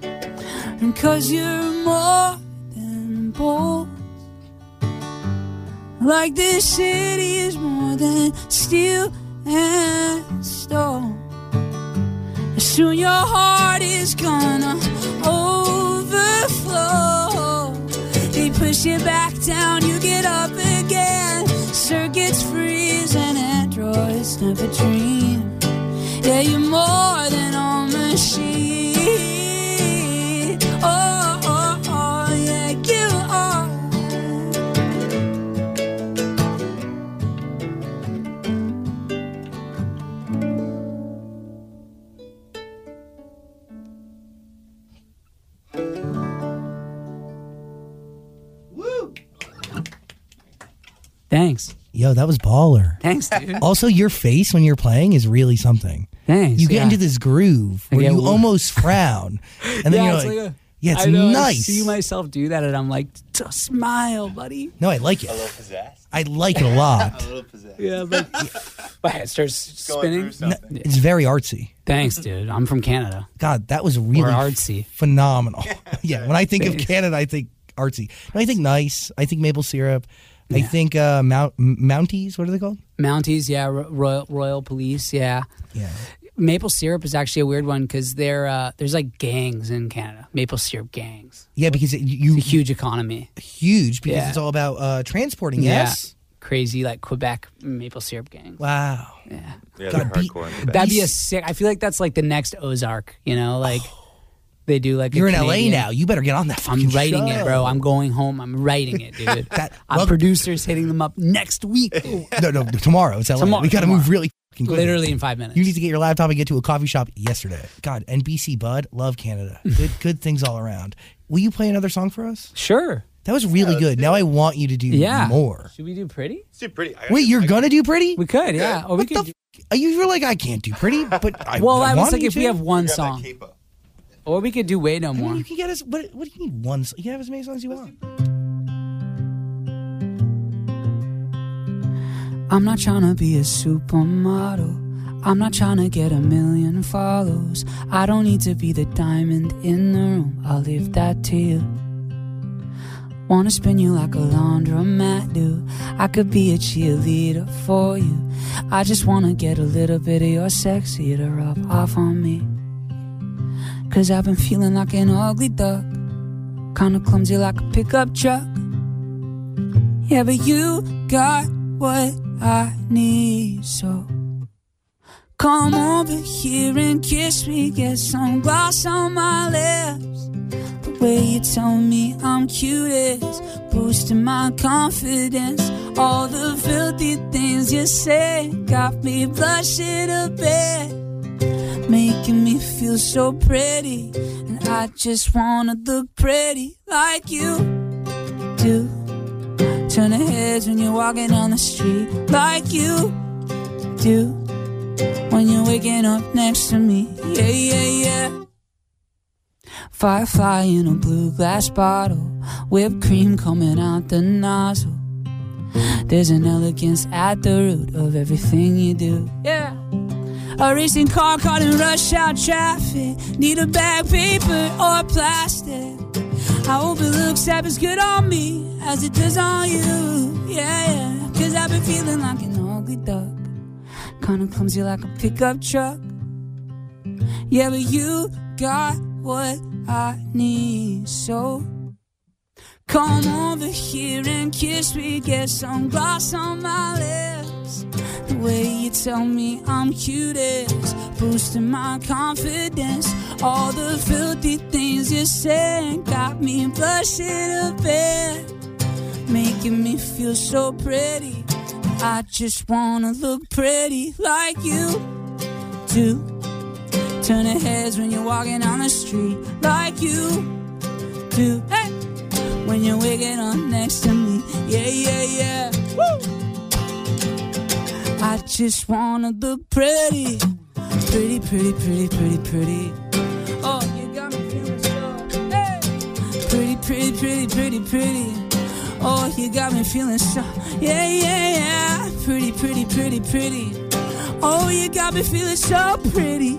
And cause you're more than bold. Like this city is more than steel and stone. And soon your heart is gonna overflow. They push you back down, you get up again. Circuits freeze and androids never dream. Yeah, you're more than a machine. Oh, oh, oh, yeah, you are. Thanks.
Yo, that was baller.
Thanks, dude.
Also, your face when you're playing is really something.
Thanks.
You get
yeah.
into this groove where
I get
you
wo-
almost frown,
[LAUGHS]
and then
yeah,
you're
it's
like,
like a-
"Yeah, it's
I know, I
nice."
see myself do that, and I'm like, "T- smile, buddy.
no, I like it.
Possessed.
I like it a lot.
[LAUGHS] A little possessed.
Yeah, [LAUGHS] but my head starts spinning.
something.
It's very artsy.
Thanks, dude. I'm from Canada.
God, that was really
Or artsy.
[LAUGHS]
phenomenal. [LAUGHS] yeah, when I think of Canada, I think artsy. No, I think nice. I think maple syrup. I think uh, Mount M- Mounties. What are they called?
Mounties, yeah. Ro- Royal, Royal Police, yeah.
Yeah,
Maple syrup is actually a weird one because there, uh, there's like gangs in Canada. Maple syrup gangs.
yeah, because it, you
It's a huge economy.
huge because
Yeah.
it's all about uh, transporting. Yes.
Yeah. Crazy like Quebec maple syrup gangs.
Wow.
Yeah,
God,
they're
be-
hardcore. in the back.
That'd be a sick. I feel like that's like the next Ozark. You
[SIGHS]
know, like they do like a
You're in
Canadian-
LA now. You better get on that.
I'm
fucking
writing
show.
it, bro. I'm going home. I'm writing it, dude.
[LAUGHS] That-
Our
well-
producers hitting them up next week. dude.
No, no, tomorrow. It's LA.
Tomorrow-
we got to
tomorrow.
move really fucking quick.
Literally in five minutes.
You need to get your laptop and get to a coffee shop yesterday. God, NBC Bud, love
[LAUGHS]
Canada. Good, good things all around. Will you play another song for us?
sure.
That was really good. Now I want you to do
Yeah.
more.
Should we do pretty?
It's too pretty. I-
Wait, you're gonna do pretty?
We could, yeah. Or we
what
could.
the? F- uh, you were like, I can't do pretty,
[LAUGHS]
but I
well, I was
want
like,
you
if
to.
we have one
Grab that
song,
capo.
or we could do way no
I mean,
more.
you can get us. What, what do you need? One. s- You can have as many songs as you want.
I'm not trying to be a supermodel. I'm not trying to get a million follows. I don't need to be the diamond in the room. I'll leave that to you.
Wanna spin you like a laundromat, do. I could be a cheerleader for you. I just wanna get a little bit of your sexy to rub off on me. Cause I've been feeling like an ugly duck. Kinda clumsy like a pickup truck. Yeah, but you got what I need, so. Come over here and kiss me. Get some gloss on my lips. The way you tell me I'm cute is boosting my confidence. All the filthy things you say got me blushing a bit, making me feel so pretty. And I just wanna look pretty like you do. Turning heads when you're walking down the street like you do when you're waking up next to me. Yeah, yeah, yeah. Firefly in a blue glass bottle, whipped cream coming out the nozzle. There's an elegance at the root of everything you do. Yeah. A racing car caught in rush hour traffic. Need a bag, paper, or plastic. I hope it looks half as good on me as it does on you. Yeah, yeah. Cause I've been feeling like an ugly duck kinda clumsy like a pickup truck. Yeah, but you got what I need, so come over here and kiss me. Get some gloss on my lips. The way you tell me I'm cute is boosting my confidence. All the filthy things you said got me blushing a bit making me feel so pretty. I just wanna look pretty like you do. Turning heads when you're walking on the street like you do. Hey, when you're waking up next to me, yeah, yeah, yeah. Woo! I just wanna look pretty, pretty, pretty, pretty, pretty, pretty. Oh, you got me feeling so. Hey, pretty, pretty, pretty, pretty, pretty. Oh, you got me feeling so. Yeah, yeah, yeah. Pretty, pretty, pretty, pretty. Oh, you got me feeling so pretty.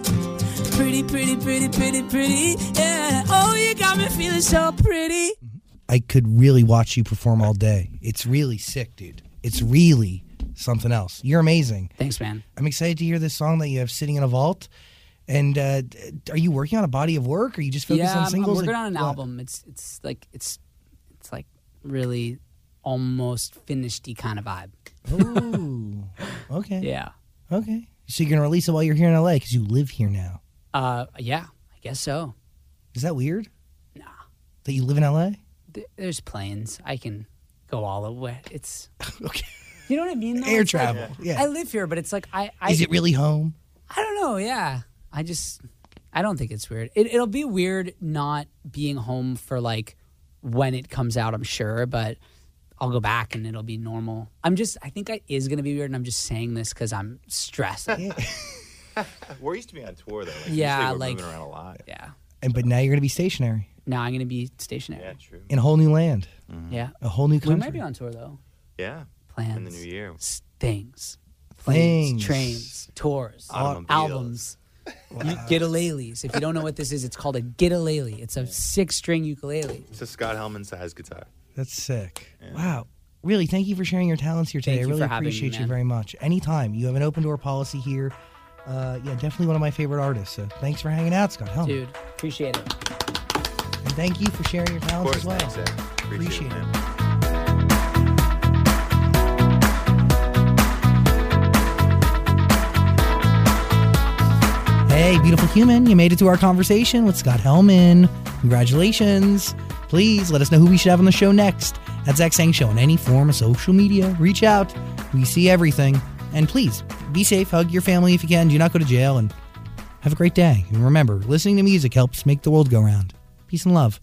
Pretty, pretty, pretty, pretty, pretty. Yeah. Oh, you got me feeling so pretty.
I could really watch you perform all day. It's really sick, dude. It's really something else. You're amazing.
Thanks, man.
I'm excited to hear this song that you have sitting in a vault. And uh, d- are you working on a body of work? Or are you just focused
yeah, I'm-
on singles?
I'm working
Like,
on an
what?
album. It's it's like it's it's like really almost finished kind of vibe.
Ooh.
[LAUGHS]
Okay.
Yeah.
Okay. So you're gonna release it while you're here in LA because you live here now.
Uh, yeah, I guess so.
Is that weird? No. That you live in LA?
Th- There's planes. I can go all over. It's
[LAUGHS] Okay.
you know what I mean. though?
Air
It's like,
travel. Yeah.
I live here, but it's like I I,
Is it really home?
I don't know. Yeah, I just I don't think it's weird. It, it'll be weird not being home for like when it comes out. I'm sure, but I'll go back and it'll be normal. I'm just I think it is gonna be weird, and I'm just saying this because I'm stressed.
We're used to be on tour though. Like,
Yeah,
usually we're
like-
moving around a lot.
yeah.
And but now you're gonna be stationary
Now I'm gonna be stationary.
Yeah, true.
in a whole new land,
Yeah.
a whole new
We
Mm-hmm. country.
might be on tour though.
Yeah,
Plans.
in the new year.
s- Things. Planes,
Things.
trains, tours,
Automobiles.
albums. You, gitulales. If you don't know what this is, it's called a gitalele. It's a six-string ukulele.
It's a Scott Hellman sized guitar.
That's sick. Wow. Really, thank you for sharing your talents here today.
Thank
I
you
really
for having me,
appreciate you
man.
very much. Anytime. You have an open door policy here. Uh, yeah, definitely one of my favorite artists. So thanks for hanging out, Scott Helm.
Dude, appreciate it.
And thank you for sharing your
Of
talents
course,
as well.
thanks, Zach.
Appreciate
Appreciate, it.
it.
man.
Hey, beautiful human, you made it to our conversation with Scott Hellman. Congratulations. Please let us know who we should have on the show next at Zach Sang Show on any form of social media. Reach out. We see everything. And please be safe, hug your family if you can. Do not go to jail and have a great day. And remember, listening to music helps make the world go round. Peace and love.